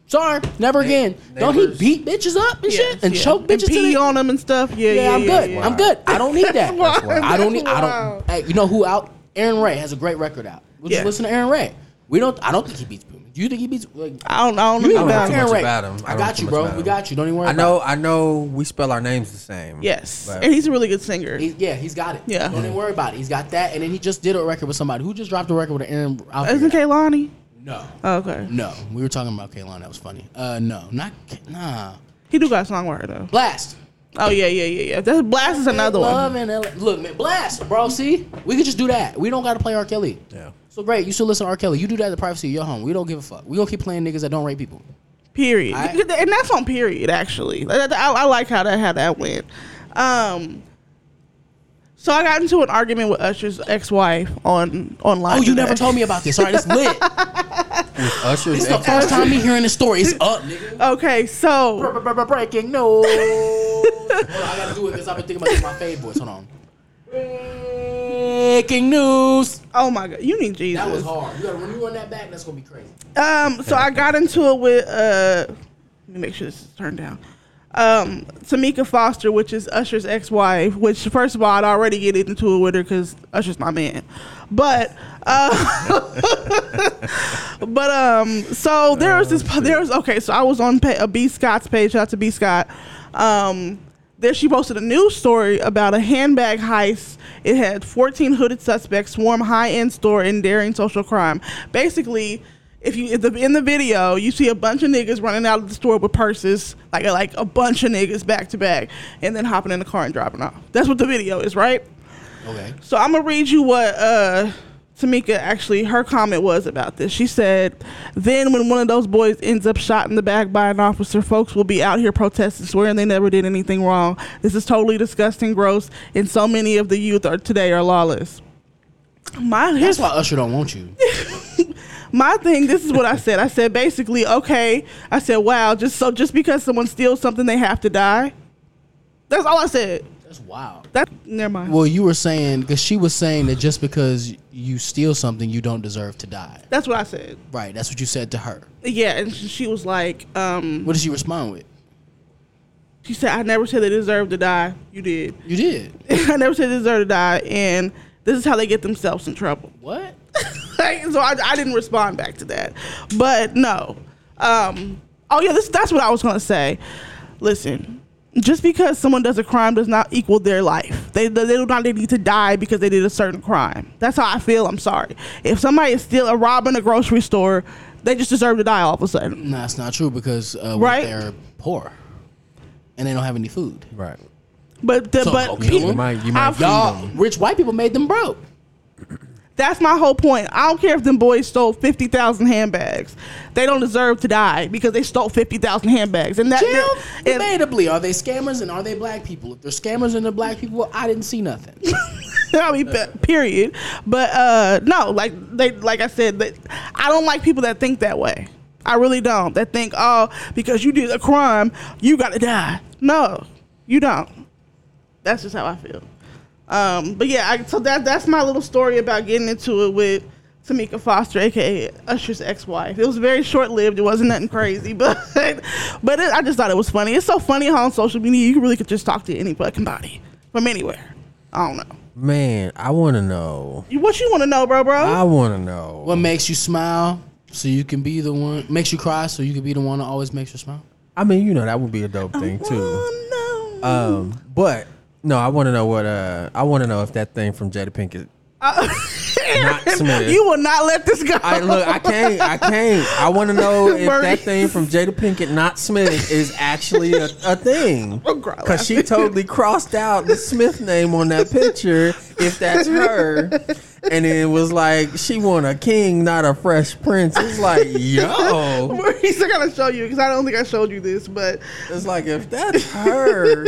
[SPEAKER 3] Sorry, never again. Don't he
[SPEAKER 2] Neighbors.
[SPEAKER 3] beat bitches up and shit and
[SPEAKER 1] Yeah.
[SPEAKER 3] choke bitches?
[SPEAKER 1] and E
[SPEAKER 3] to
[SPEAKER 1] pee
[SPEAKER 3] the-
[SPEAKER 1] on them and stuff. Yeah,
[SPEAKER 3] yeah,
[SPEAKER 1] yeah,
[SPEAKER 3] I'm
[SPEAKER 1] yeah,
[SPEAKER 3] good.
[SPEAKER 1] yeah.
[SPEAKER 3] I'm good. I don't need that.
[SPEAKER 1] wild.
[SPEAKER 3] I don't need.
[SPEAKER 1] That's
[SPEAKER 3] I
[SPEAKER 1] wild.
[SPEAKER 3] don't. Hey, you know who out? Aaron Ray has a great record out. We'll just
[SPEAKER 1] Yeah.
[SPEAKER 3] listen to Aaron Ray. We don't. I don't think he beats Boom. Do you think he beats? Like,
[SPEAKER 1] I don't. I don't
[SPEAKER 3] You
[SPEAKER 1] know
[SPEAKER 3] don't
[SPEAKER 1] about
[SPEAKER 3] have
[SPEAKER 2] too
[SPEAKER 3] Aaron
[SPEAKER 2] much
[SPEAKER 3] Ray.
[SPEAKER 2] about him.
[SPEAKER 3] I
[SPEAKER 2] don't
[SPEAKER 3] got
[SPEAKER 2] know too
[SPEAKER 3] you,
[SPEAKER 2] much
[SPEAKER 3] bro.
[SPEAKER 2] about
[SPEAKER 3] We
[SPEAKER 2] him.
[SPEAKER 3] got you. Don't even worry
[SPEAKER 2] I
[SPEAKER 3] about
[SPEAKER 2] know. I know. We spell our names the same.
[SPEAKER 1] Yes,
[SPEAKER 2] but-
[SPEAKER 1] and he's a really good singer.
[SPEAKER 3] He- yeah, he's got it.
[SPEAKER 1] Yeah.
[SPEAKER 3] Don't even worry about it. He's got that, and then he just did a record with somebody who just dropped a record with Aaron. Out
[SPEAKER 1] Isn't Kaylani?
[SPEAKER 3] No,
[SPEAKER 1] Oh, okay,
[SPEAKER 3] no. We were talking about Kaylon. That was funny. Uh, no, not K- nah.
[SPEAKER 1] he do got songwriter though.
[SPEAKER 3] Blast.
[SPEAKER 1] Oh yeah, yeah, yeah, yeah. That blast is another
[SPEAKER 3] Love
[SPEAKER 1] one.
[SPEAKER 3] and LA. Look, man, blast, bro. See, we could just do that. We don't got to play R. Kelly.
[SPEAKER 2] Yeah.
[SPEAKER 3] So great. You should listen to R. Kelly. You do that in the privacy of your home. We don't give a fuck. We gonna keep playing niggas that don't rape people.
[SPEAKER 1] Period.
[SPEAKER 3] I-
[SPEAKER 1] and that's on period actually. Like, that- I, I like how that how that went. Um, so I got into an argument with Usher's ex-wife on online.
[SPEAKER 3] Oh, you never
[SPEAKER 1] today.
[SPEAKER 3] told me about this. All right, it's lit.
[SPEAKER 2] Usher's
[SPEAKER 3] It's the
[SPEAKER 2] ex-
[SPEAKER 3] first time me hearing this story. It's up, nigga.
[SPEAKER 1] Okay, so
[SPEAKER 3] Breaking news. Hold on, I gotta do it because I've been thinking about this in my fade voice. Hold on. Breaking news.
[SPEAKER 1] oh my god, you need Jesus.
[SPEAKER 3] That was hard. You gotta when you run that back, that's gonna be crazy.
[SPEAKER 1] Um, so I got into it with uh, let me make sure this is turned down. Um, Tamika Foster, which is Usher's ex-wife. Which first of all, I'd already get into it with her because Usher's my man. But uh, but um, so there was this there was okay. So I was on pa- a B Scott's page. Shout out to B Scott. Um, there she posted a news story about a handbag heist. It had 14 hooded suspects swarm high-end store in daring social crime. Basically, if you if the, in the video you see a bunch of niggas running out of the store with purses, like like a bunch of niggas back to back, and then hopping in the car and driving off. That's what the video is, right?
[SPEAKER 3] Okay.
[SPEAKER 1] So I'm gonna read you what uh, Tamika actually her comment was about this. She said, "Then when one of those boys ends up shot in the back by an officer, folks will be out here protesting, swearing they never did anything wrong. This is totally disgusting, gross, and so many of the youth are today are lawless." My
[SPEAKER 3] That's
[SPEAKER 1] here's
[SPEAKER 3] why Usher don't want you.
[SPEAKER 1] my thing this is what i said i said basically okay i said wow just so just because someone steals something they have to die that's all i said
[SPEAKER 3] That's wild.
[SPEAKER 1] that never mind
[SPEAKER 3] Well, you were saying because she was saying that just because you steal something, you don't deserve to die.
[SPEAKER 1] that's what i said
[SPEAKER 3] Right. That's what you said to her.
[SPEAKER 1] yeah and sh- she was like um
[SPEAKER 3] What did she respond with?
[SPEAKER 1] she said i never said they deserve to die you did
[SPEAKER 3] You did.
[SPEAKER 1] i never said they deserve to die and this is how they get themselves in trouble
[SPEAKER 3] What?
[SPEAKER 1] Like, so I, I didn't respond back to that. But no. Um, oh yeah, this that's what I was gonna say. Listen, just because someone does a crime does not equal their life. They they do not need to die because they did a certain crime. That's how I feel. I'm sorry. If somebody is still a robbing a grocery store, they just deserve to die all of a sudden.
[SPEAKER 3] No, it's not true because uh,
[SPEAKER 1] Right?
[SPEAKER 3] they're poor and they don't have any food.
[SPEAKER 2] Right.
[SPEAKER 1] But the,
[SPEAKER 3] So,
[SPEAKER 1] but
[SPEAKER 3] okay,
[SPEAKER 1] people-
[SPEAKER 3] You
[SPEAKER 2] might- you might
[SPEAKER 1] I've-
[SPEAKER 2] feed
[SPEAKER 3] Y'all, rich white people made them broke.
[SPEAKER 1] That's my whole point. I don't care if them boys stole fifty thousand handbags; they don't deserve to die because they stole fifty thousand handbags. And that
[SPEAKER 3] Jim,
[SPEAKER 1] and-
[SPEAKER 3] debatably, are they scammers and are they black people? If they're scammers and they're black people, I didn't see nothing.
[SPEAKER 1] I mean, pe- period. But uh, no, like they, like I said, that I don't like people that think that way. I really don't. That think, oh, because you did a crime, you gotta die. No, you don't. That's just how I feel. Um, but yeah, I, so that that's my little story about getting into it with Tamika Foster, aka Usher's ex-wife. It was very short-lived. It wasn't nothing crazy, but but it, I just thought it was funny. It's so funny how on social media you really could just talk to any fucking body from anywhere. I don't know.
[SPEAKER 2] Man, I want to know.
[SPEAKER 1] You- What you want to know, bro, bro?
[SPEAKER 2] I want to know.
[SPEAKER 3] What makes you smile so you can be the one? Makes you cry so you can be the one that always makes you smile?
[SPEAKER 2] I mean, you know, that would be a dope thing too.
[SPEAKER 1] Oh, no.
[SPEAKER 2] Um, but no, I want to know what. Uh, I want to know if that thing from Jada Pinkett. Uh, not Smith.
[SPEAKER 1] you will not let this go.
[SPEAKER 2] I look. I can't. I can't. I want to know if
[SPEAKER 1] Bernie.
[SPEAKER 2] that thing from Jada Pinkett, not Smith, is actually a, a thing.
[SPEAKER 1] I'm gonna cry
[SPEAKER 2] Because she totally crossed out the Smith name on that picture, if that's her, and then was like, she want a king, not a fresh prince. It's like, yo,
[SPEAKER 1] Maurice, I gotta show you because I don't think I showed you this, but
[SPEAKER 2] it's like if that's her,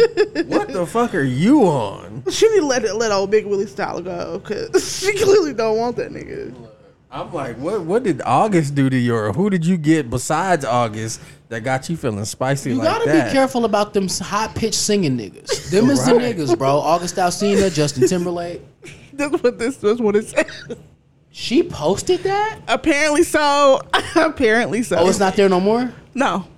[SPEAKER 2] what the fuck are you on?
[SPEAKER 1] she need to let let old Big Willie style go because she clearly don't want that nigga.
[SPEAKER 2] I'm like, what? What did August do to you, or who did you get besides August that got you feeling spicy
[SPEAKER 3] You
[SPEAKER 2] like
[SPEAKER 3] gotta
[SPEAKER 2] that?
[SPEAKER 3] be careful about them high pitched singing niggas. Them is the
[SPEAKER 2] Right.
[SPEAKER 3] niggas, bro. August Alsina, Justin Timberlake.
[SPEAKER 1] That's what this was. What it said.
[SPEAKER 3] She posted that?
[SPEAKER 1] Apparently so. Apparently so.
[SPEAKER 3] Oh, it's not there no more?
[SPEAKER 1] No.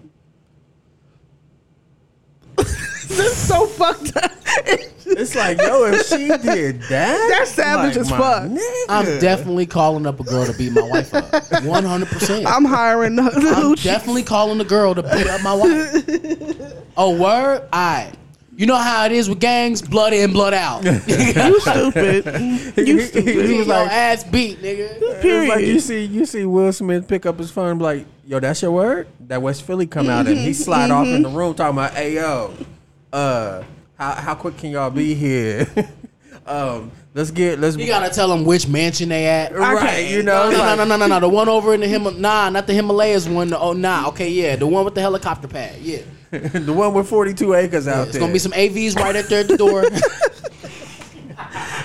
[SPEAKER 1] this is so fucked up.
[SPEAKER 2] It's like, yo, if she did that,
[SPEAKER 1] That's savage as
[SPEAKER 2] my
[SPEAKER 1] fuck.
[SPEAKER 2] nigga.
[SPEAKER 3] I'm definitely calling up a girl to beat my wife up. 100%. I'm,
[SPEAKER 1] I'm hiring the
[SPEAKER 3] definitely calling a girl to beat up my wife. Oh, word? All right. You know how it is with gangs? Blood in, blood out.
[SPEAKER 1] You stupid. You
[SPEAKER 2] He
[SPEAKER 3] Get
[SPEAKER 1] stupid.
[SPEAKER 2] was
[SPEAKER 3] your
[SPEAKER 2] like-
[SPEAKER 3] ass beat, nigga.
[SPEAKER 2] It's like you
[SPEAKER 1] Period.
[SPEAKER 2] see, you see Will Smith pick up his phone, and be like, yo, that's your word. That West Philly come out, and
[SPEAKER 3] Mm-hmm.
[SPEAKER 2] he slide off in the room talking about, hey yo, uh, how how quick can y'all be here? um, let's get let's
[SPEAKER 3] You gotta tell them which mansion they at.
[SPEAKER 2] right,
[SPEAKER 1] Okay.
[SPEAKER 2] you know,
[SPEAKER 3] No,
[SPEAKER 2] like,
[SPEAKER 3] no, no, no, no, no. The one over in the Himal, nah, not the Himalayas one. The, oh, nah. Okay, yeah, the one with the helicopter pad. Yeah,
[SPEAKER 2] the one with forty two acres out
[SPEAKER 3] it's
[SPEAKER 2] there.
[SPEAKER 3] gonna be some AVs right up there at the door.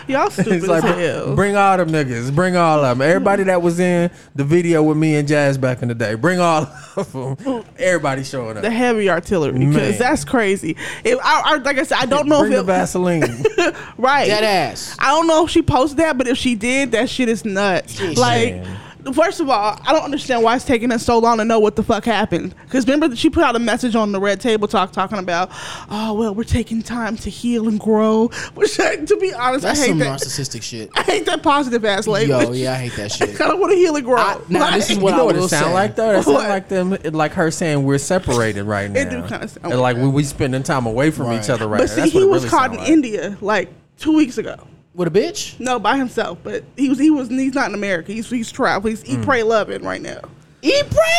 [SPEAKER 1] Y'all stupid
[SPEAKER 2] It's like,
[SPEAKER 1] as
[SPEAKER 2] br-
[SPEAKER 1] hell.
[SPEAKER 2] bring all them niggas. Bring all of them. Everybody that was in the video with me and Jazz back in the day. Bring all of them. Everybody showing
[SPEAKER 1] the
[SPEAKER 2] up.
[SPEAKER 1] heavy artillery
[SPEAKER 2] Man.
[SPEAKER 1] because that's crazy. If I, I like I said, I don't know
[SPEAKER 2] Bring the
[SPEAKER 1] if it,
[SPEAKER 2] Vaseline.
[SPEAKER 1] right.
[SPEAKER 3] Dead ass.
[SPEAKER 1] I don't know if she posted that, but if she did, that shit is nuts.
[SPEAKER 3] Jeez.
[SPEAKER 1] Like.
[SPEAKER 2] Man.
[SPEAKER 1] First of all, I don't understand why it's taking us so long to know what the fuck happened. Because remember, that she put out a message on the Red Table Talk talking about, oh, well, we're taking time to heal and grow. Which, to be honest,
[SPEAKER 3] That's
[SPEAKER 1] I hate
[SPEAKER 3] some
[SPEAKER 1] that.
[SPEAKER 3] narcissistic shit.
[SPEAKER 1] I hate that positive ass language.
[SPEAKER 3] Yo, yeah, I hate that shit.
[SPEAKER 1] I don't want to heal and grow.
[SPEAKER 3] I- now,
[SPEAKER 1] Like,
[SPEAKER 3] this is
[SPEAKER 2] You
[SPEAKER 3] what I
[SPEAKER 2] know what
[SPEAKER 3] will
[SPEAKER 2] it sound
[SPEAKER 3] say.
[SPEAKER 2] like though? It sound
[SPEAKER 1] What?
[SPEAKER 2] like them, it, like her saying we're separated right now.
[SPEAKER 1] It do kinda sound
[SPEAKER 2] And,
[SPEAKER 1] like
[SPEAKER 2] like we we spending time away from
[SPEAKER 3] Right.
[SPEAKER 2] each other right
[SPEAKER 1] But
[SPEAKER 2] now.
[SPEAKER 1] see,
[SPEAKER 2] That's
[SPEAKER 1] he
[SPEAKER 2] what it
[SPEAKER 1] was
[SPEAKER 2] really
[SPEAKER 1] caught in
[SPEAKER 2] sound like.
[SPEAKER 1] India like two weeks ago.
[SPEAKER 3] With a bitch?
[SPEAKER 1] No, by himself. But he was he was he's not in America. He's he's traveling. He's
[SPEAKER 3] Hmm.
[SPEAKER 1] eat pray loving right now. Eat pray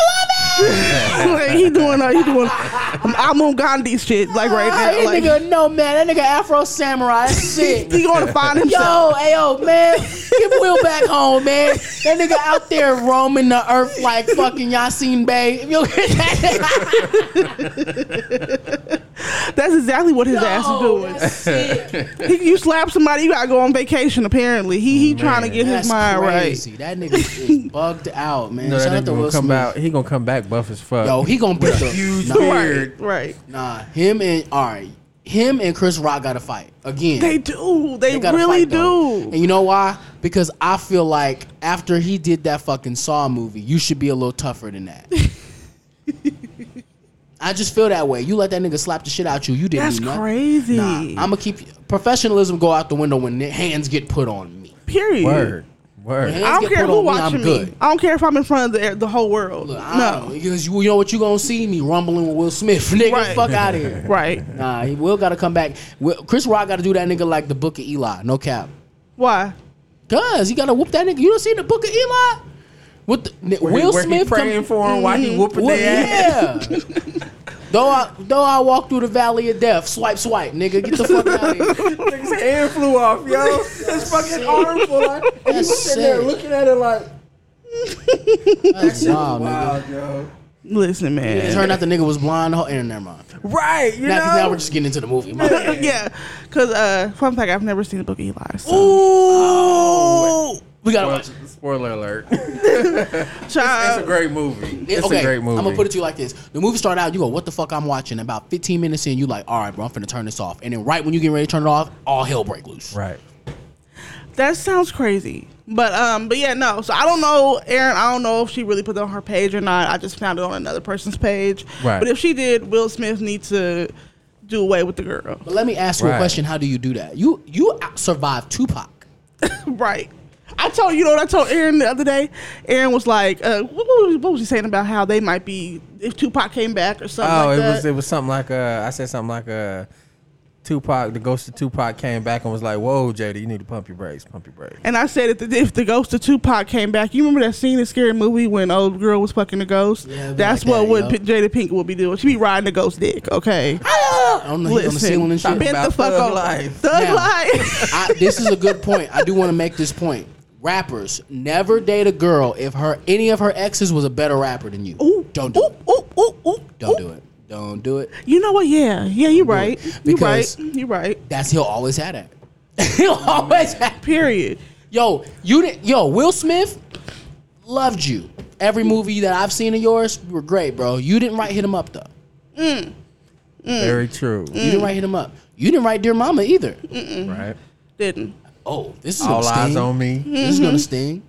[SPEAKER 1] loving. like, he doing uh, he doing I'm on Gandhi shit like right now.
[SPEAKER 3] that
[SPEAKER 1] Like
[SPEAKER 3] nigga, no man, that nigga Afro Samurai. That's sick.
[SPEAKER 1] he going to find himself.
[SPEAKER 3] Yo, ayo, man, get Will back home, man. That nigga out there roaming the earth like fucking Yasin Bey. Yo,
[SPEAKER 1] That's exactly what his ass is doing.
[SPEAKER 3] that's sick.
[SPEAKER 1] He, you slap somebody, you gotta go on vacation. Apparently, he he trying to get
[SPEAKER 3] That's
[SPEAKER 1] his mind
[SPEAKER 3] crazy. That nigga is bugged out, man.
[SPEAKER 2] No,
[SPEAKER 3] Shout
[SPEAKER 2] that
[SPEAKER 3] out
[SPEAKER 2] nigga
[SPEAKER 3] to
[SPEAKER 2] gonna
[SPEAKER 3] Will
[SPEAKER 2] come
[SPEAKER 3] Smith.
[SPEAKER 2] out. He gonna come back buff as fuck.
[SPEAKER 3] Yo, he gonna beat the
[SPEAKER 2] huge
[SPEAKER 3] nah,
[SPEAKER 1] right.
[SPEAKER 2] Weird.
[SPEAKER 1] Right, right.
[SPEAKER 3] nah, him and all right, him and Chris Rock got to fight again.
[SPEAKER 1] They do. They,
[SPEAKER 3] They gotta
[SPEAKER 1] really
[SPEAKER 3] fight, though.
[SPEAKER 1] do.
[SPEAKER 3] And you know why? Because I feel like after he did that fucking Saw movie, you should be a little tougher than that. I just feel that way. You let that nigga slap the shit out you. You didn't.
[SPEAKER 1] That's
[SPEAKER 3] do nothing.
[SPEAKER 1] crazy.
[SPEAKER 3] Nah, I'm gonna keep professionalism go out the window when the hands get put on me.
[SPEAKER 1] Period.
[SPEAKER 2] Word, word.
[SPEAKER 3] Yeah.
[SPEAKER 1] I
[SPEAKER 3] Hands
[SPEAKER 1] don't
[SPEAKER 3] get
[SPEAKER 1] care
[SPEAKER 3] put
[SPEAKER 1] who
[SPEAKER 3] on me, I'm
[SPEAKER 1] watching me.
[SPEAKER 3] good.
[SPEAKER 1] I don't care if I'm in front of the, the whole world.
[SPEAKER 3] Look, I don't know,
[SPEAKER 1] no.
[SPEAKER 3] because you, you know what you gonna see me rumbling with Will Smith, nigga.
[SPEAKER 1] Right.
[SPEAKER 3] Fuck out of here.
[SPEAKER 1] Right.
[SPEAKER 3] Nah, he will gotta come back. Will, Chris Rock gotta do that nigga like the Book of Eli. No cap.
[SPEAKER 1] Why?
[SPEAKER 3] Cause he gotta whoop that nigga. You don't see the Book of Eli? With the, n-
[SPEAKER 2] Where he-
[SPEAKER 3] Will
[SPEAKER 2] where he
[SPEAKER 3] Smith
[SPEAKER 2] praying
[SPEAKER 3] come,
[SPEAKER 2] for him while
[SPEAKER 1] Mm-hmm.
[SPEAKER 2] he whooping
[SPEAKER 3] Whoop-
[SPEAKER 2] their ass.
[SPEAKER 3] yeah. though I though I walk through the valley of death, swipe swipe, nigga, get the fuck out of here.
[SPEAKER 2] His hand flew off, yo. His fucking arm flew off. And he
[SPEAKER 3] That's
[SPEAKER 2] was sitting there
[SPEAKER 3] sick.
[SPEAKER 2] looking at it like,
[SPEAKER 3] That's wild, nigga.
[SPEAKER 2] wow, yo.
[SPEAKER 1] Listen,
[SPEAKER 3] It
[SPEAKER 1] man.
[SPEAKER 3] turned out the nigga was blind. the whole- And never mind.
[SPEAKER 2] Right, you
[SPEAKER 3] Now, 'cause now we're
[SPEAKER 2] know.
[SPEAKER 3] just getting into the movie. My bad.
[SPEAKER 1] yeah. Because, uh, fun fact, I've never seen the book of Eli. So.
[SPEAKER 2] Oh,
[SPEAKER 3] Ooh, we gotta watch. it.
[SPEAKER 2] Spoiler alert. It's a
[SPEAKER 1] Child,
[SPEAKER 2] great movie. It's a great movie.
[SPEAKER 3] I'm gonna put it to you like this: the movie start out, you go, "What the fuck I'm watching?" About 15 minutes in, you like, "All right, bro, I'm finna turn this off." And then right when you get ready to turn it off, all hell break loose.
[SPEAKER 2] Right.
[SPEAKER 1] that sounds crazy. But, um, but yeah, no. So I don't know, Aaron. I don't know if she really put it on her page or not. I just found it on another person's page.
[SPEAKER 2] Right.
[SPEAKER 1] But if she did, Will Smith needs to do away with the girl.
[SPEAKER 3] But let me ask you a
[SPEAKER 2] Right.
[SPEAKER 3] question. How do you do that? You you out- survived Tupac.
[SPEAKER 1] Right. I told you know what I told Aaron the other day. Aaron was like, uh, what, what was- what was he saying about how they might be if Tupac came back or something?
[SPEAKER 2] Oh,
[SPEAKER 1] like
[SPEAKER 2] it
[SPEAKER 1] that.
[SPEAKER 2] was it was something like uh I said something like uh Tupac, the ghost of Tupac came back and was like, "Whoa, JD, you need to pump your brakes, pump your brakes."
[SPEAKER 1] And I said, if the, if the ghost of Tupac came back, you remember that scene in Scary Movie when old girl was fucking the ghost?
[SPEAKER 3] Yeah, it'd be
[SPEAKER 1] That's
[SPEAKER 3] like
[SPEAKER 1] what
[SPEAKER 3] that,
[SPEAKER 1] would
[SPEAKER 3] yo.
[SPEAKER 1] P- Jada Pinkett would be doing. She'd be riding the ghost dick, okay?
[SPEAKER 3] I don't know. He's on the ceiling and
[SPEAKER 2] Stop
[SPEAKER 3] shit.
[SPEAKER 2] it.
[SPEAKER 1] bent the
[SPEAKER 2] About
[SPEAKER 1] fuck
[SPEAKER 2] thug
[SPEAKER 1] over.
[SPEAKER 2] life.
[SPEAKER 1] Thug
[SPEAKER 3] Now.
[SPEAKER 1] life.
[SPEAKER 3] I, this is a good point. I do want to make this point. Rappers never date a girl if her any of her exes was a better rapper than you.
[SPEAKER 1] Ooh,
[SPEAKER 3] don't do
[SPEAKER 1] ooh,
[SPEAKER 3] it.
[SPEAKER 1] Ooh, ooh, ooh,
[SPEAKER 3] Don't
[SPEAKER 1] ooh.
[SPEAKER 3] do it. Don't do it.
[SPEAKER 1] You know what? Yeah, yeah, you're right. You're right.
[SPEAKER 3] Because-
[SPEAKER 1] You're right.
[SPEAKER 3] That's he'll always have that. he'll always have.
[SPEAKER 1] Period.
[SPEAKER 3] Yo, you did. Yo, Will Smith loved you. Every movie that I've seen of yours, you were great, bro. You didn't write hit him up though. Mm.
[SPEAKER 2] Very true,
[SPEAKER 3] You didn't write hit him up. You didn't write dear mama either.
[SPEAKER 2] right?
[SPEAKER 1] Didn't.
[SPEAKER 3] Oh, this is
[SPEAKER 2] All
[SPEAKER 3] gonna
[SPEAKER 2] eyes
[SPEAKER 3] sting.
[SPEAKER 2] on me.
[SPEAKER 3] This is gonna sting.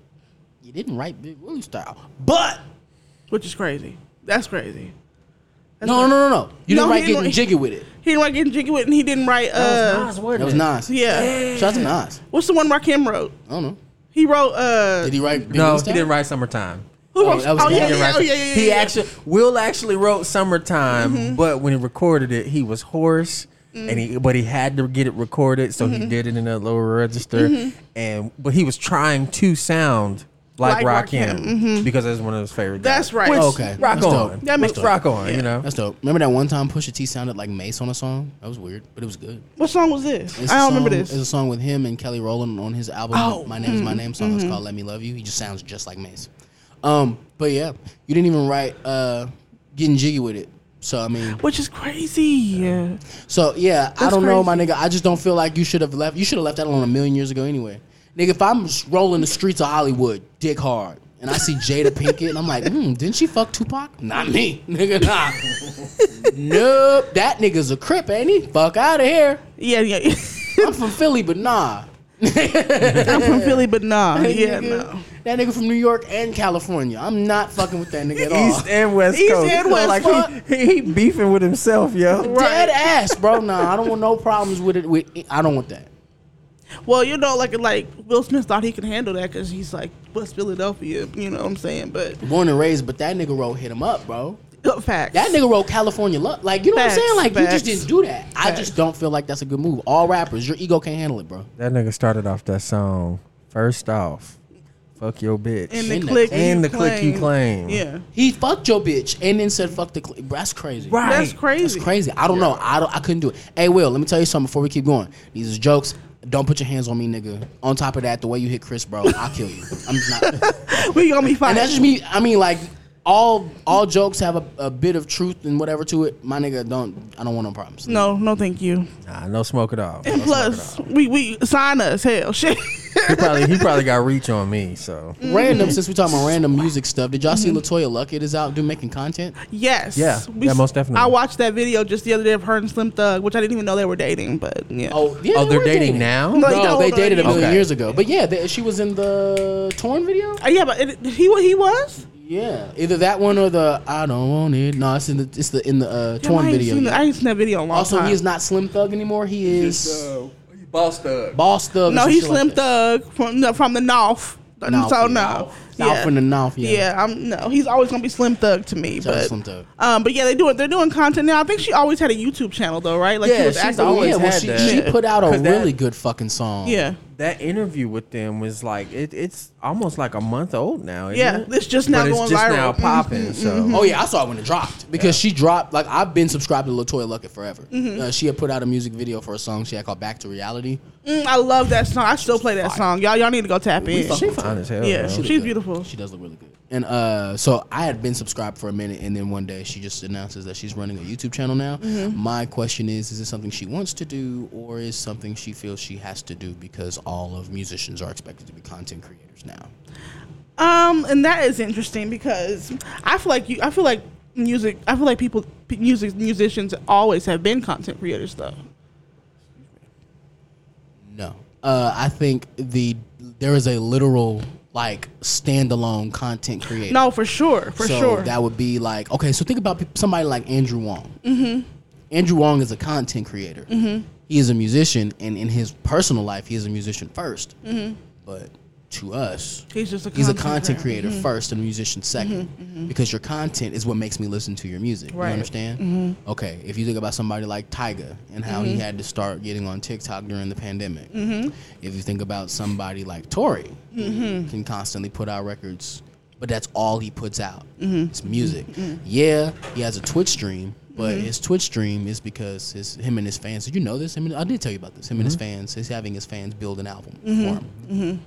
[SPEAKER 3] You didn't write Big Willie style, but
[SPEAKER 1] Which is crazy. That's crazy. That's
[SPEAKER 3] no, no,
[SPEAKER 1] crazy.
[SPEAKER 3] no, no. You
[SPEAKER 1] No, he
[SPEAKER 3] didn't write
[SPEAKER 1] didn't
[SPEAKER 3] getting
[SPEAKER 1] write-
[SPEAKER 3] jiggy with it.
[SPEAKER 1] He didn't write Getting Jiggy with it, and he didn't write, uh,
[SPEAKER 3] That was Nas.
[SPEAKER 1] yeah.
[SPEAKER 3] Shout out to Nas.
[SPEAKER 1] What's the one Rakim wrote?
[SPEAKER 3] I don't know.
[SPEAKER 1] He wrote, uh,
[SPEAKER 3] Did he write? Big
[SPEAKER 2] No,
[SPEAKER 3] Willie
[SPEAKER 2] he
[SPEAKER 3] style?
[SPEAKER 2] didn't write "Summertime."
[SPEAKER 1] who
[SPEAKER 3] Oh,
[SPEAKER 1] wrote,
[SPEAKER 3] that was
[SPEAKER 1] oh,
[SPEAKER 3] he
[SPEAKER 1] yeah,
[SPEAKER 2] didn't
[SPEAKER 1] yeah,
[SPEAKER 2] write
[SPEAKER 1] oh,
[SPEAKER 2] Sum-
[SPEAKER 1] yeah, yeah, yeah.
[SPEAKER 2] He
[SPEAKER 1] yeah. Mm-hmm.
[SPEAKER 2] actually Will actually wrote "Summertime," but when he recorded it, he was hoarse, and
[SPEAKER 1] Mm.
[SPEAKER 2] he but he had to get it recorded, so
[SPEAKER 1] Mm-hmm.
[SPEAKER 2] he did it in a lower register, and but he was trying to sound like,
[SPEAKER 1] Like
[SPEAKER 2] Rakim
[SPEAKER 1] Rakim, Mm-hmm.
[SPEAKER 2] because that's one of his favorite.
[SPEAKER 1] That's
[SPEAKER 2] guys.
[SPEAKER 1] right.
[SPEAKER 2] Which,
[SPEAKER 3] Okay,
[SPEAKER 2] rock
[SPEAKER 3] that's dope.
[SPEAKER 2] on.
[SPEAKER 1] That makes
[SPEAKER 2] Let's rock on.
[SPEAKER 1] Yeah.
[SPEAKER 2] You know,
[SPEAKER 3] That's dope. Remember that one time Pusha T sounded like Mace on a song? That was weird, but it was good.
[SPEAKER 1] What song was this?
[SPEAKER 3] It's
[SPEAKER 1] I
[SPEAKER 3] a
[SPEAKER 1] don't remember
[SPEAKER 3] song-
[SPEAKER 1] this.
[SPEAKER 3] It's a song with him and Kelly Rowland on his album.
[SPEAKER 1] Oh,
[SPEAKER 3] my name is my name song. It's called "Let Me Love You." He just sounds just like Mace. Um, but yeah, you didn't even write uh, "Getting Jiggy with It." So I mean,
[SPEAKER 1] Which is crazy. Yeah.
[SPEAKER 3] So yeah, I
[SPEAKER 1] That's
[SPEAKER 3] don't know, my nigga. I just don't feel like you should have left. You should have left that alone a million years ago, anyway. Nigga, if I'm s- rolling the streets of Hollywood, dick hard, and I see Jada Pinkett, and I'm like, hmm, didn't she fuck Tupac? Not me, nigga. Nah, nope. That nigga's a crip, ain't he? Fuck out of here.
[SPEAKER 1] Yeah, yeah.
[SPEAKER 3] I'm from Philly, but nah.
[SPEAKER 1] I'm from Philly, but nah. Yeah,
[SPEAKER 3] Nigga,
[SPEAKER 1] no.
[SPEAKER 3] That nigga from New York and California. I'm not fucking with that nigga at all.
[SPEAKER 2] East and West
[SPEAKER 1] East
[SPEAKER 2] Coast.
[SPEAKER 1] and West,
[SPEAKER 2] like he, he beefing with himself, yo.
[SPEAKER 3] Dead ass, bro. Nah, I don't want no problems with it. With I don't want that.
[SPEAKER 1] Well, you know, like like Will Smith thought he could handle that because he's like West Philadelphia. You know what I'm saying? But
[SPEAKER 3] Born and raised, but that nigga roll hit him up, bro.
[SPEAKER 1] uh, facts.
[SPEAKER 3] That nigga wrote California Love. Like, you know what I'm saying? Like,
[SPEAKER 1] Facts,
[SPEAKER 3] you just
[SPEAKER 1] facts.
[SPEAKER 3] didn't do that. I
[SPEAKER 1] Facts.
[SPEAKER 3] just don't feel like that's a good move. All rappers, your ego can't handle it, bro.
[SPEAKER 2] That nigga started off that song. First off, fuck your bitch.
[SPEAKER 1] and the
[SPEAKER 3] In the-
[SPEAKER 1] click
[SPEAKER 2] and the click you claim.
[SPEAKER 1] Yeah,
[SPEAKER 3] He fucked your bitch and then said fuck the. Cl-. That's crazy.
[SPEAKER 2] Right.
[SPEAKER 1] that's crazy.
[SPEAKER 3] That's crazy. I don't know. I don't. I couldn't do it. Hey, Will, let me tell you something before we keep going. These is jokes. Don't put your hands on me, nigga. On top of that, the way you hit Chris, bro, I'll kill you. I'm just not.
[SPEAKER 1] We gonna be
[SPEAKER 3] And that's
[SPEAKER 1] fine.
[SPEAKER 3] just me. I mean, like all all jokes have a, a bit of truth and whatever to it. My nigga, don't. I don't want no problems.
[SPEAKER 1] No, no, thank you.
[SPEAKER 2] Nah, no smoke at all.
[SPEAKER 1] And plus, we we sign us. Hell, shit.
[SPEAKER 2] he probably he probably got reach on me. So
[SPEAKER 3] Random. Since we talking about random music stuff, did y'all see Latoya Luckett is out doing making content?
[SPEAKER 1] yes.
[SPEAKER 2] Yeah, yeah, most definitely.
[SPEAKER 1] I watched that video just the other day of her and Slim Thug, which I didn't even know they were dating. But yeah.
[SPEAKER 3] Oh, yeah,
[SPEAKER 2] oh,
[SPEAKER 3] they
[SPEAKER 2] they're
[SPEAKER 3] were
[SPEAKER 2] dating, now.
[SPEAKER 1] No,
[SPEAKER 3] No,
[SPEAKER 1] No,
[SPEAKER 3] they
[SPEAKER 1] no,
[SPEAKER 3] dated a
[SPEAKER 1] no.
[SPEAKER 3] million
[SPEAKER 2] Okay.
[SPEAKER 3] years ago. But yeah, they, she was in the torn video.
[SPEAKER 1] Uh, yeah, but it, he wa- he was.
[SPEAKER 3] Yeah, either that one or the I don't want it. No, it's in the it's the in the
[SPEAKER 1] Damn, I
[SPEAKER 3] uh, torn
[SPEAKER 1] ain't
[SPEAKER 3] video.
[SPEAKER 1] Seen
[SPEAKER 3] yeah.
[SPEAKER 1] that, I ain't seen that video in a long
[SPEAKER 3] also,
[SPEAKER 1] time.
[SPEAKER 3] he is not Slim Thug anymore. He is
[SPEAKER 2] uh, boss thug.
[SPEAKER 3] Boss Thug. or
[SPEAKER 1] no,
[SPEAKER 3] some
[SPEAKER 1] he's
[SPEAKER 3] shit
[SPEAKER 1] Slim
[SPEAKER 3] like that.
[SPEAKER 1] Thug from no, from the North. so
[SPEAKER 3] North, yeah.
[SPEAKER 1] no,
[SPEAKER 3] South from the North. Yeah.
[SPEAKER 1] Yeah. I'm no. He's always gonna be Slim Thug to me,
[SPEAKER 3] Shout out to
[SPEAKER 1] but
[SPEAKER 3] Slim Thug.
[SPEAKER 1] um, but yeah, they do it. They're doing content now. I think she always had a YouTube channel though, right? Like she
[SPEAKER 2] Yeah,
[SPEAKER 1] was
[SPEAKER 2] she's
[SPEAKER 1] active.
[SPEAKER 2] always-
[SPEAKER 3] yeah, well,
[SPEAKER 2] had
[SPEAKER 3] she,
[SPEAKER 2] that.
[SPEAKER 3] she put out a
[SPEAKER 2] 'Cause that-
[SPEAKER 3] really good fucking song.
[SPEAKER 1] yeah,
[SPEAKER 2] That interview with them was like it, it's almost like a month old now. isn't
[SPEAKER 1] Yeah,
[SPEAKER 2] it?
[SPEAKER 1] it's just now
[SPEAKER 2] but
[SPEAKER 1] going
[SPEAKER 2] it's just
[SPEAKER 1] viral.
[SPEAKER 2] now
[SPEAKER 1] Mhm,
[SPEAKER 2] popping. so
[SPEAKER 3] Oh yeah, I saw it when it dropped because she dropped. Like I've been subscribed to Latoya Luckett forever.
[SPEAKER 1] Mm-hmm.
[SPEAKER 3] Uh, she had put out a music video for a song she had called "Back to Reality."
[SPEAKER 1] Mm, I love that song. I still play that song. Y'all, y'all need to go tap in.
[SPEAKER 3] fuck
[SPEAKER 2] she fine as hell.
[SPEAKER 1] Oh, Yeah,
[SPEAKER 2] bro.
[SPEAKER 1] she-
[SPEAKER 3] look
[SPEAKER 1] She's
[SPEAKER 3] good.
[SPEAKER 1] beautiful.
[SPEAKER 3] She does look really good. And uh, so I had been subscribed for a minute, and then one day she just announces that she's running a YouTube channel now.
[SPEAKER 1] Mm-hmm.
[SPEAKER 3] My question is: Is it something she wants to do, or is something she feels she has to do because all of musicians are expected to be content creators now?
[SPEAKER 1] Um, and that is interesting because I feel like you. I feel like music. I feel like people, p- music musicians, always have been content creators though.
[SPEAKER 3] No, uh, I think the there is a literal like standalone content creator.
[SPEAKER 1] No, for sure, for
[SPEAKER 3] so
[SPEAKER 1] sure.
[SPEAKER 3] that would be like okay. So think about peop- somebody like Andrew Wong. Mm-hmm. Andrew Wong is a content creator.
[SPEAKER 1] Mm-hmm.
[SPEAKER 3] He is a musician, and in his personal life, he is a musician 1st
[SPEAKER 1] Mm-hmm.
[SPEAKER 3] But to us,
[SPEAKER 1] He's just a
[SPEAKER 3] he's a
[SPEAKER 1] content
[SPEAKER 3] content
[SPEAKER 1] creator. Mm-hmm.
[SPEAKER 3] creator first and a musician 2nd because your content is what makes me listen to your music.
[SPEAKER 1] Right. Mm-hmm.
[SPEAKER 3] You understand? Okay, if you think about somebody like Tyga and how he had to start getting on TikTok during the pandemic,
[SPEAKER 1] Mm-hmm.
[SPEAKER 3] if you think about somebody like Tori, who can constantly put out records, but that's all he puts out.
[SPEAKER 1] Mm-hmm.
[SPEAKER 3] It's music. Yeah, he has a Twitch stream. But
[SPEAKER 1] Mm-hmm.
[SPEAKER 3] his Twitch stream is because his him and his fans. Did you know this? Him and, I did tell you about this. Him and his
[SPEAKER 1] Mm-hmm.
[SPEAKER 3] fans. He's having his fans build an album for him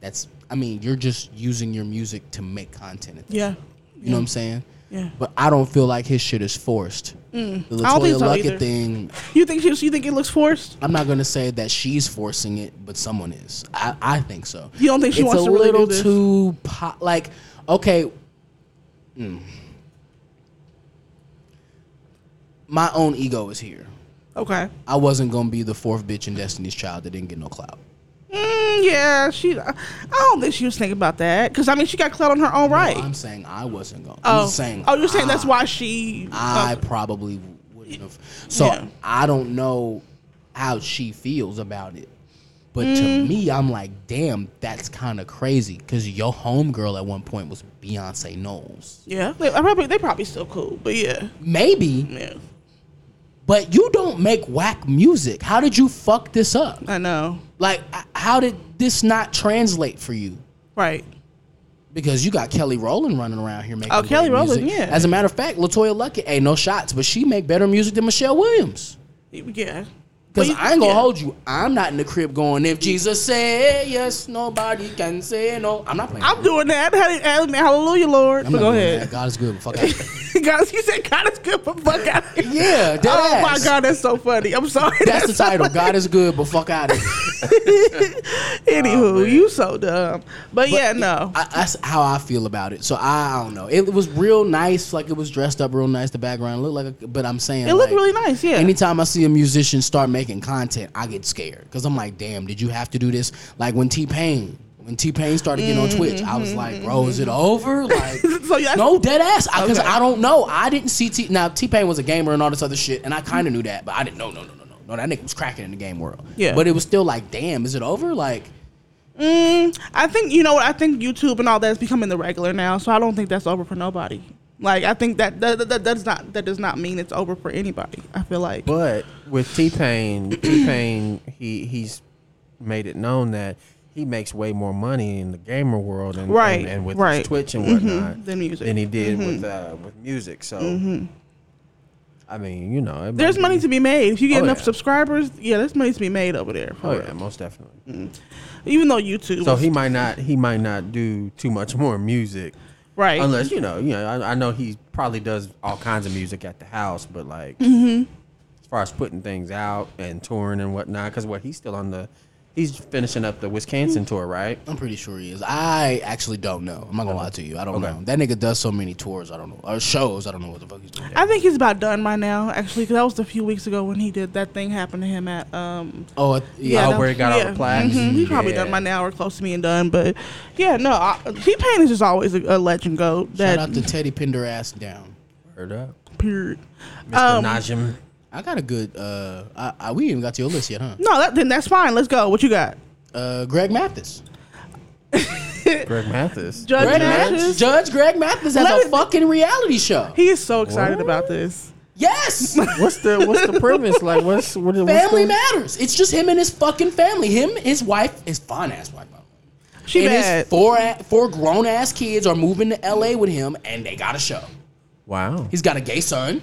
[SPEAKER 3] that's I mean, you're just using your music to make content. You
[SPEAKER 1] Yeah.
[SPEAKER 3] know what I'm saying?
[SPEAKER 1] Yeah. Mm.
[SPEAKER 3] But I don't feel like his shit is forced. The
[SPEAKER 1] I don't think
[SPEAKER 3] Latoya
[SPEAKER 1] so
[SPEAKER 3] Luckett
[SPEAKER 1] either.
[SPEAKER 3] thing,
[SPEAKER 1] You think she, you think it looks forced?
[SPEAKER 3] I'm not gonna say that she's forcing it, but someone is. I, I think so.
[SPEAKER 1] You don't think she
[SPEAKER 3] it's
[SPEAKER 1] wants
[SPEAKER 3] a
[SPEAKER 1] to really do
[SPEAKER 3] little
[SPEAKER 1] this?
[SPEAKER 3] too po- like okay. mm. My own ego is here.
[SPEAKER 1] Okay.
[SPEAKER 3] I wasn't gonna be the fourth bitch in Destiny's Child that didn't get no clout.
[SPEAKER 1] Mm, yeah, she. I don't think she was thinking about that because I mean she got clout on her own right.
[SPEAKER 3] I'm saying I wasn't gonna.
[SPEAKER 1] oh,
[SPEAKER 3] I'm saying.
[SPEAKER 1] oh, you're saying that's
[SPEAKER 3] I-
[SPEAKER 1] why she. uh,
[SPEAKER 3] I
[SPEAKER 1] okay.
[SPEAKER 3] probably wouldn't have. So
[SPEAKER 1] Yeah.
[SPEAKER 3] I don't know how she feels about it. But
[SPEAKER 1] Mm.
[SPEAKER 3] to me, I'm like, damn, that's kind of crazy. Because your homegirl at one point was Beyonce Knowles.
[SPEAKER 1] yeah, they I probably they probably still cool, but yeah,
[SPEAKER 3] Maybe,
[SPEAKER 1] yeah,
[SPEAKER 3] but you don't make whack music. How did you fuck this up?
[SPEAKER 1] I know,
[SPEAKER 3] Like, h- how did this not translate for you?
[SPEAKER 1] right?
[SPEAKER 3] Because you got Kelly Rowland running around here making
[SPEAKER 1] Oh, Kelly
[SPEAKER 3] great
[SPEAKER 1] Rowland,
[SPEAKER 3] music.
[SPEAKER 1] yeah.
[SPEAKER 3] As a matter of fact, Latoya Luckett, ain't no shots, but she make better music than Michelle Williams.
[SPEAKER 1] Yeah, But
[SPEAKER 3] Because
[SPEAKER 1] you-
[SPEAKER 3] I ain't gonna
[SPEAKER 1] yeah.
[SPEAKER 3] hold you. I'm not in the crib going, if Jesus said yes, nobody can say no. I'm not playing.
[SPEAKER 1] I'm doing that. Hall- Hallelujah, hallelujah, Lord.
[SPEAKER 3] I'm
[SPEAKER 1] but
[SPEAKER 3] not
[SPEAKER 1] go
[SPEAKER 3] doing
[SPEAKER 1] ahead.
[SPEAKER 3] that. God is good. but Fuck out.
[SPEAKER 1] God, you said God is good, but fuck out. of here.
[SPEAKER 3] Yeah, dead
[SPEAKER 1] Oh my
[SPEAKER 3] ass.
[SPEAKER 1] God, that's so funny. I'm sorry.
[SPEAKER 3] That's the
[SPEAKER 1] so
[SPEAKER 3] title.
[SPEAKER 1] funny.
[SPEAKER 3] God is good, but fuck out.
[SPEAKER 1] Anywho, you so dumb. But, yeah, no.
[SPEAKER 3] I, that's how I feel about it. So I, I don't know. It, was real nice. Like it was dressed up real nice. The background looked like. A, but I'm saying
[SPEAKER 1] it looked
[SPEAKER 3] like,
[SPEAKER 1] really nice. Yeah.
[SPEAKER 3] Anytime I see a musician start making content, I get scared because I'm like, damn, did you have to do this? Like when T Pain, when T Pain started getting
[SPEAKER 1] Mm-hmm,
[SPEAKER 3] on Twitch, I was like, bro, is it over? Like,
[SPEAKER 1] So you-
[SPEAKER 3] no, dead ass, because
[SPEAKER 1] Okay.
[SPEAKER 3] I don't know. I didn't see T. Now T Pain was a gamer and all this other shit, and I kind of knew that, but I didn't. No, no, no, no, no, no. That nigga was cracking in the game world.
[SPEAKER 1] Yeah.
[SPEAKER 3] but it was still like, damn, is it over? Like,
[SPEAKER 1] Mm, I think you know what I think YouTube and all that is becoming the regular now, so I don't think that's over for nobody. Like I think that that, that, that does not that does not mean it's over for anybody. I feel like
[SPEAKER 2] But with T Pain, T Pain, he he's made it known that he makes way more money in the gamer world and
[SPEAKER 1] Right,
[SPEAKER 2] and, and with
[SPEAKER 1] right. Mm-hmm,
[SPEAKER 2] his Twitch and whatnot
[SPEAKER 1] Than music. Mm-hmm.
[SPEAKER 2] he did with uh, with music. So I mean, you know, it might
[SPEAKER 1] there's
[SPEAKER 2] be-
[SPEAKER 1] money to be made if you get
[SPEAKER 2] Oh,
[SPEAKER 1] enough
[SPEAKER 2] yeah.
[SPEAKER 1] subscribers. Yeah, there's money to be made over there. For
[SPEAKER 2] Oh yeah,
[SPEAKER 1] real.
[SPEAKER 2] most definitely.
[SPEAKER 1] Even though YouTube,
[SPEAKER 2] So
[SPEAKER 1] is-
[SPEAKER 2] he might not he might not do too much more music.
[SPEAKER 1] right?
[SPEAKER 2] Unless you know, you know, I, I know he probably does all kinds of music at the house, but like as far as putting things out and touring and whatnot, because what he's still on the, he's finishing up the Wisconsin tour, right?
[SPEAKER 3] I'm pretty sure he is. I actually don't know. I'm not gonna lie to you. I don't
[SPEAKER 2] Okay.
[SPEAKER 3] know. That nigga does so many tours. I don't know or shows. I don't know what the fuck he's doing.
[SPEAKER 1] I think he's about done by now, actually, because that was a few weeks ago when he did that thing happened to him at um
[SPEAKER 3] Oh, yeah.
[SPEAKER 2] Oh,
[SPEAKER 1] that-
[SPEAKER 2] where he got all the plaques?
[SPEAKER 1] mhm, He's probably
[SPEAKER 2] Yeah.
[SPEAKER 1] done by now or close to being done, but yeah, no, I, T Pain is just always a, a legend. Go that
[SPEAKER 3] Shout out to Teddy Pinder ass down.
[SPEAKER 2] Heard up,
[SPEAKER 1] period.
[SPEAKER 2] Mr. Najim.
[SPEAKER 3] I got a good. Uh, I, I we even got to your list yet, huh?
[SPEAKER 1] No, that, then that's fine. Let's go. What you got?
[SPEAKER 3] Uh, Greg Mathis.
[SPEAKER 2] Greg Mathis.
[SPEAKER 1] Judge
[SPEAKER 3] Greg
[SPEAKER 1] Mathis?
[SPEAKER 3] Mathis. Judge Greg Mathis has
[SPEAKER 1] Let
[SPEAKER 3] a
[SPEAKER 1] it-
[SPEAKER 3] fucking reality show.
[SPEAKER 1] He is so excited
[SPEAKER 2] What?
[SPEAKER 1] about this.
[SPEAKER 3] yes.
[SPEAKER 2] What's the what's the premise? Like what's what, what's
[SPEAKER 3] family
[SPEAKER 2] the,
[SPEAKER 3] matters. It's just him and his fucking family. Him, his wife, his fine ass wife. by the way.
[SPEAKER 1] She
[SPEAKER 3] and
[SPEAKER 1] bad.
[SPEAKER 3] his four a- four grown ass kids are moving to L.A. with him, and they got a show.
[SPEAKER 2] Wow,
[SPEAKER 3] He's got a gay son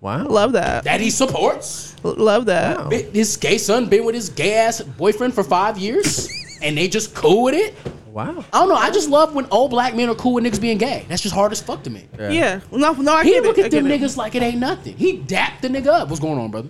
[SPEAKER 2] wow.
[SPEAKER 1] Love that.
[SPEAKER 3] that he supports.
[SPEAKER 1] L- Love that.
[SPEAKER 2] Wow.
[SPEAKER 3] Bi- his gay son been with his gay ass boyfriend for five years, and they just cool with it.
[SPEAKER 2] Wow.
[SPEAKER 3] I don't know. I just love when old black men are cool with niggas being gay. That's just hard as fuck to me.
[SPEAKER 1] Yeah. No, no, I
[SPEAKER 3] He
[SPEAKER 1] get
[SPEAKER 3] look
[SPEAKER 1] it. I
[SPEAKER 3] at them
[SPEAKER 1] get it.
[SPEAKER 3] niggas like it ain't nothing. He dapped the nigga up. What's going on, brother?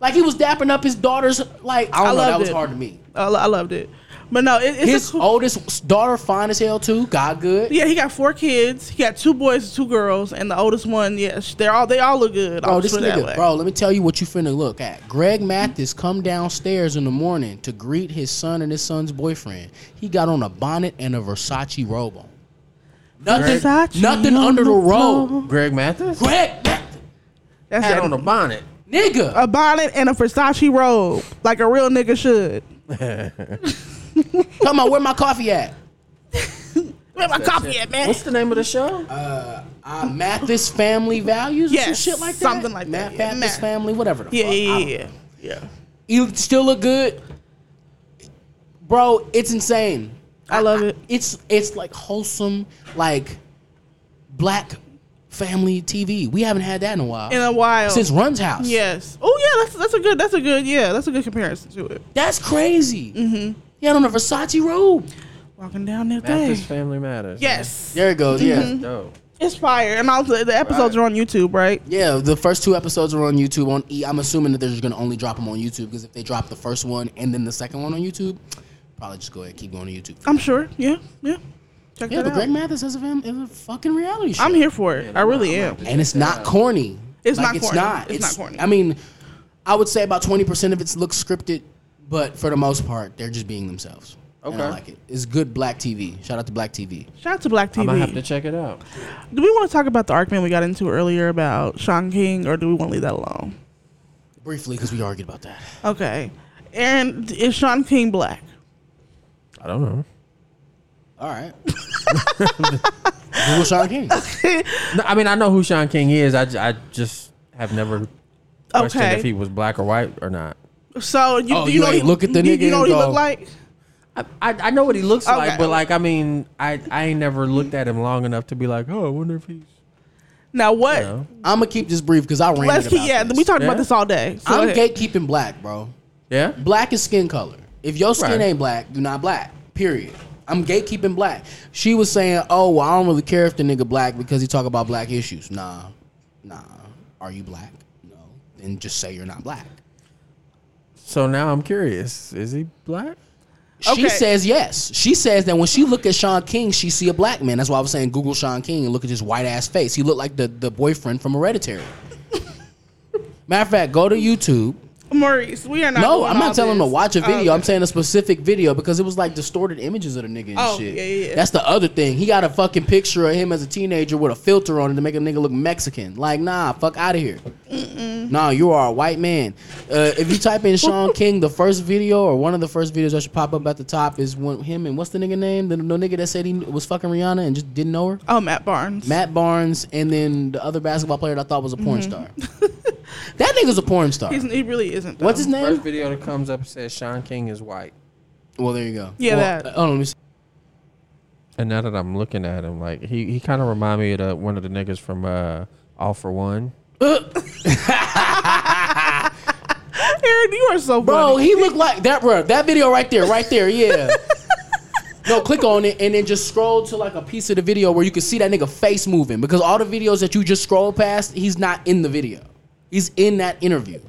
[SPEAKER 3] like he was dapping up his daughter's. Like I don't
[SPEAKER 1] I
[SPEAKER 3] know.
[SPEAKER 1] loved
[SPEAKER 3] That was
[SPEAKER 1] it.
[SPEAKER 3] hard to me.
[SPEAKER 1] I, lo- I loved it. But no, it, it's
[SPEAKER 3] His
[SPEAKER 1] a cool,
[SPEAKER 3] oldest daughter fine as hell too. God good.
[SPEAKER 1] yeah. He got four kids. He got two boys, and two girls, and the oldest one. Yes, they're all they all look good.
[SPEAKER 3] Bro,
[SPEAKER 1] I'll
[SPEAKER 3] Oh, this
[SPEAKER 1] put it that way.
[SPEAKER 3] nigga, bro, let me tell you what you finna look at. Greg Mathis come downstairs in the morning to greet his son and his son's boyfriend. He got on a bonnet and a Versace robe on. Nothing,
[SPEAKER 1] Versace
[SPEAKER 3] nothing
[SPEAKER 1] on
[SPEAKER 3] under
[SPEAKER 1] the
[SPEAKER 3] the
[SPEAKER 1] floor.
[SPEAKER 3] robe.
[SPEAKER 2] Greg Mathis.
[SPEAKER 3] Greg Mathis.
[SPEAKER 1] That's
[SPEAKER 2] Hat
[SPEAKER 1] that-
[SPEAKER 2] on a bonnet.
[SPEAKER 3] Nigga.
[SPEAKER 1] a bonnet and a Versace robe, like a real nigga should.
[SPEAKER 3] Come on, where my coffee at?
[SPEAKER 1] Where my copy at, man?
[SPEAKER 2] What's the name of the show?
[SPEAKER 3] Uh, Mathis Family Values or some
[SPEAKER 1] Yes,
[SPEAKER 3] shit like that?
[SPEAKER 1] something like that,
[SPEAKER 3] Math,
[SPEAKER 1] yeah.
[SPEAKER 3] Mathis
[SPEAKER 1] Math.
[SPEAKER 3] Family, whatever the
[SPEAKER 1] Yeah,
[SPEAKER 3] fuck. I
[SPEAKER 1] yeah,
[SPEAKER 3] don't
[SPEAKER 1] yeah, yeah.
[SPEAKER 3] You still look good, bro. It's insane.
[SPEAKER 1] I love it.
[SPEAKER 3] It's it's like wholesome, like black family TV. We haven't had that in a while.
[SPEAKER 1] In a while.
[SPEAKER 3] since Run's House.
[SPEAKER 1] Yes. Oh yeah, that's that's a good that's a good yeah that's a good comparison to it.
[SPEAKER 3] that's crazy. Mm-hmm. He had on a Versace robe.
[SPEAKER 1] Walking down that
[SPEAKER 2] Mathis
[SPEAKER 1] thing.
[SPEAKER 2] Family Matters.
[SPEAKER 1] Yes,
[SPEAKER 3] There it goes.
[SPEAKER 1] Mm-hmm.
[SPEAKER 3] Yeah,
[SPEAKER 2] Dope.
[SPEAKER 1] it's fire, and also the episodes
[SPEAKER 2] Right.
[SPEAKER 1] are on YouTube, right?
[SPEAKER 3] yeah. The first two episodes are on YouTube. On E, I'm assuming that they're just gonna only drop them on YouTube because if they drop the first one and then the second one on YouTube, probably just go ahead and keep going to YouTube.
[SPEAKER 1] I'm sure. Yeah, yeah. Check
[SPEAKER 3] Yeah,
[SPEAKER 1] that
[SPEAKER 3] but
[SPEAKER 1] out.
[SPEAKER 3] Greg Mathis has a fam- is a fucking reality show.
[SPEAKER 1] I'm here for it. I really am.
[SPEAKER 3] and it's not corny.
[SPEAKER 1] It's not
[SPEAKER 3] It's
[SPEAKER 1] corny.
[SPEAKER 3] not.
[SPEAKER 1] It's not corny.
[SPEAKER 3] I mean, I would say about twenty percent of it looks scripted, but for the most part, they're just being themselves. And I
[SPEAKER 2] Okay.
[SPEAKER 3] like it. It's good Black TV. Shout out to Black TV.
[SPEAKER 1] Shout out to Black
[SPEAKER 2] I'm
[SPEAKER 1] TV.
[SPEAKER 2] gonna have to check it out.
[SPEAKER 1] do we want to talk about the argument we got into earlier about Sean King, or do we want to leave that alone?
[SPEAKER 3] Briefly, because we argued about that.
[SPEAKER 1] Okay, Aaron, is Sean King black?
[SPEAKER 2] I don't know.
[SPEAKER 3] All right. Google Sean King.
[SPEAKER 2] No, I mean, I know who Sean King is. I, j- I just have never questioned
[SPEAKER 1] Okay.
[SPEAKER 2] if he was black or white or not.
[SPEAKER 1] So you,
[SPEAKER 3] Oh,
[SPEAKER 1] do you,
[SPEAKER 3] you
[SPEAKER 1] know
[SPEAKER 3] ain't
[SPEAKER 1] he,
[SPEAKER 3] look at the
[SPEAKER 1] you,
[SPEAKER 3] nigga
[SPEAKER 1] you know
[SPEAKER 3] and
[SPEAKER 1] what he
[SPEAKER 3] go-
[SPEAKER 1] look like?
[SPEAKER 2] I, I, I know what he looks
[SPEAKER 1] Okay.
[SPEAKER 2] like, but like, I mean, I, I ain't never looked at him long enough to be like, oh, I wonder if he's.
[SPEAKER 1] Now what?
[SPEAKER 2] You know?
[SPEAKER 3] I'm gonna keep this brief because I ranted
[SPEAKER 1] Let's
[SPEAKER 3] about
[SPEAKER 1] keep. Yeah,
[SPEAKER 3] this.
[SPEAKER 1] we talked
[SPEAKER 2] Yeah.
[SPEAKER 1] about this all day. So
[SPEAKER 3] I'm
[SPEAKER 1] go ahead.
[SPEAKER 3] gatekeeping black, bro.
[SPEAKER 2] Yeah.
[SPEAKER 3] Black is skin color. If your skin
[SPEAKER 2] Right.
[SPEAKER 3] ain't black, you're not black. Period. I'm gatekeeping black. She was saying, "Oh, well, I don't really care if the nigga black because he talk about black issues." Nah, nah. Are you black? No. Then just say you're not black.
[SPEAKER 2] So now I'm curious. Is he black?
[SPEAKER 1] Okay.
[SPEAKER 3] She says yes. She says that when she look at Sean King, she see a black man. That's why I was saying Google Sean King and look at his white ass face. He looked like the, the boyfriend from Hereditary. Matter of fact, go to YouTube
[SPEAKER 1] Maurice, we are not.
[SPEAKER 3] No,
[SPEAKER 1] doing
[SPEAKER 3] I'm
[SPEAKER 1] all
[SPEAKER 3] not telling him to
[SPEAKER 1] this.
[SPEAKER 3] watch a
[SPEAKER 1] Oh,
[SPEAKER 3] video.
[SPEAKER 1] okay.
[SPEAKER 3] I'm saying a specific video because it was like distorted images of the nigga and
[SPEAKER 1] Oh,
[SPEAKER 3] shit.
[SPEAKER 1] yeah, yeah, yeah.
[SPEAKER 3] That's the other thing. He got a fucking picture of him as a teenager with a filter on it to make a nigga look Mexican. Like, nah, fuck out of here. Nah, you are a white man. Uh, if you type in Sean King, the first video or one of the first videos that should pop up at the top is when him and what's the nigga name? The, the nigga that said he was fucking Rihanna and just didn't know her?
[SPEAKER 1] Oh, Matt Barnes.
[SPEAKER 3] Matt Barnes and then the other basketball player that I thought was a porn star. that nigga's a porn star.
[SPEAKER 1] Mm-hmm. He's, he really isn't. Though.
[SPEAKER 3] What's his name?
[SPEAKER 2] First video that comes up says Sean King is white.
[SPEAKER 3] Well, there you go.
[SPEAKER 1] Yeah,
[SPEAKER 3] Well,
[SPEAKER 1] that.
[SPEAKER 3] uh, hold on, let me see.
[SPEAKER 2] And now that I'm looking at him, like he, he kind of remind me of the, one of the niggas from uh, All for One.
[SPEAKER 1] Aaron, you are so
[SPEAKER 3] Bro,
[SPEAKER 1] funny.
[SPEAKER 3] he looked like that. Bro, that video right there, right there. Yeah. no, click on it and then just scroll to like a piece of the video where you can see that nigga face moving because all the videos that you just scroll past, he's not in the video. He's in that interview.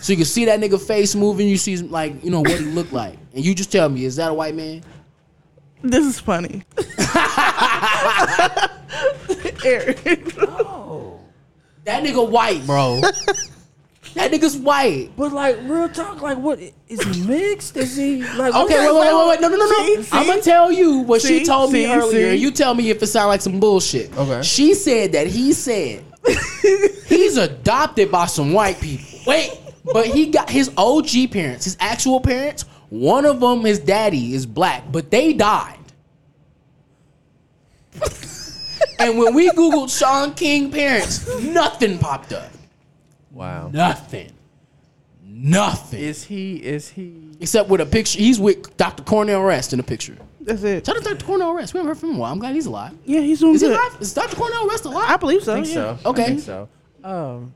[SPEAKER 3] So you can see that nigga face moving. You see like you know what he looked like, and you just tell me, is that a white man?
[SPEAKER 1] this is funny. Aaron,
[SPEAKER 3] That nigga white, bro.
[SPEAKER 2] Oh.
[SPEAKER 3] that nigga's white.
[SPEAKER 2] But like real talk, like what is he mixed? Is he like
[SPEAKER 3] Okay, wait, wait, wait, wait, no, no, no,
[SPEAKER 1] See,
[SPEAKER 3] no.
[SPEAKER 1] see?
[SPEAKER 3] I'm gonna tell you what
[SPEAKER 1] See,
[SPEAKER 3] she told
[SPEAKER 1] see,
[SPEAKER 3] me earlier.
[SPEAKER 1] see?
[SPEAKER 3] You tell me if it sounds like some bullshit.
[SPEAKER 2] Okay.
[SPEAKER 3] She said that he said he's adopted by some white people. Wait, but he got his OG parents, his actual parents. One of them, his daddy, is black, but they died. and when we googled Sean King parents, nothing popped up.
[SPEAKER 2] Wow.
[SPEAKER 3] Nothing. Nothing.
[SPEAKER 2] Is he? Is he?
[SPEAKER 3] Except with a picture, he's with Dr. Cornell Rest in a picture.
[SPEAKER 1] that's it.
[SPEAKER 3] Shout out to Dr. Cornell Rest. We haven't heard from him in a while. I'm glad he's alive.
[SPEAKER 1] Yeah, he's doing
[SPEAKER 3] Is he
[SPEAKER 1] good.
[SPEAKER 3] alive? Is Dr. Cornell Rest alive?
[SPEAKER 1] I believe so.
[SPEAKER 2] I think
[SPEAKER 1] yeah.
[SPEAKER 2] so.
[SPEAKER 3] Okay.
[SPEAKER 2] I think so. Um,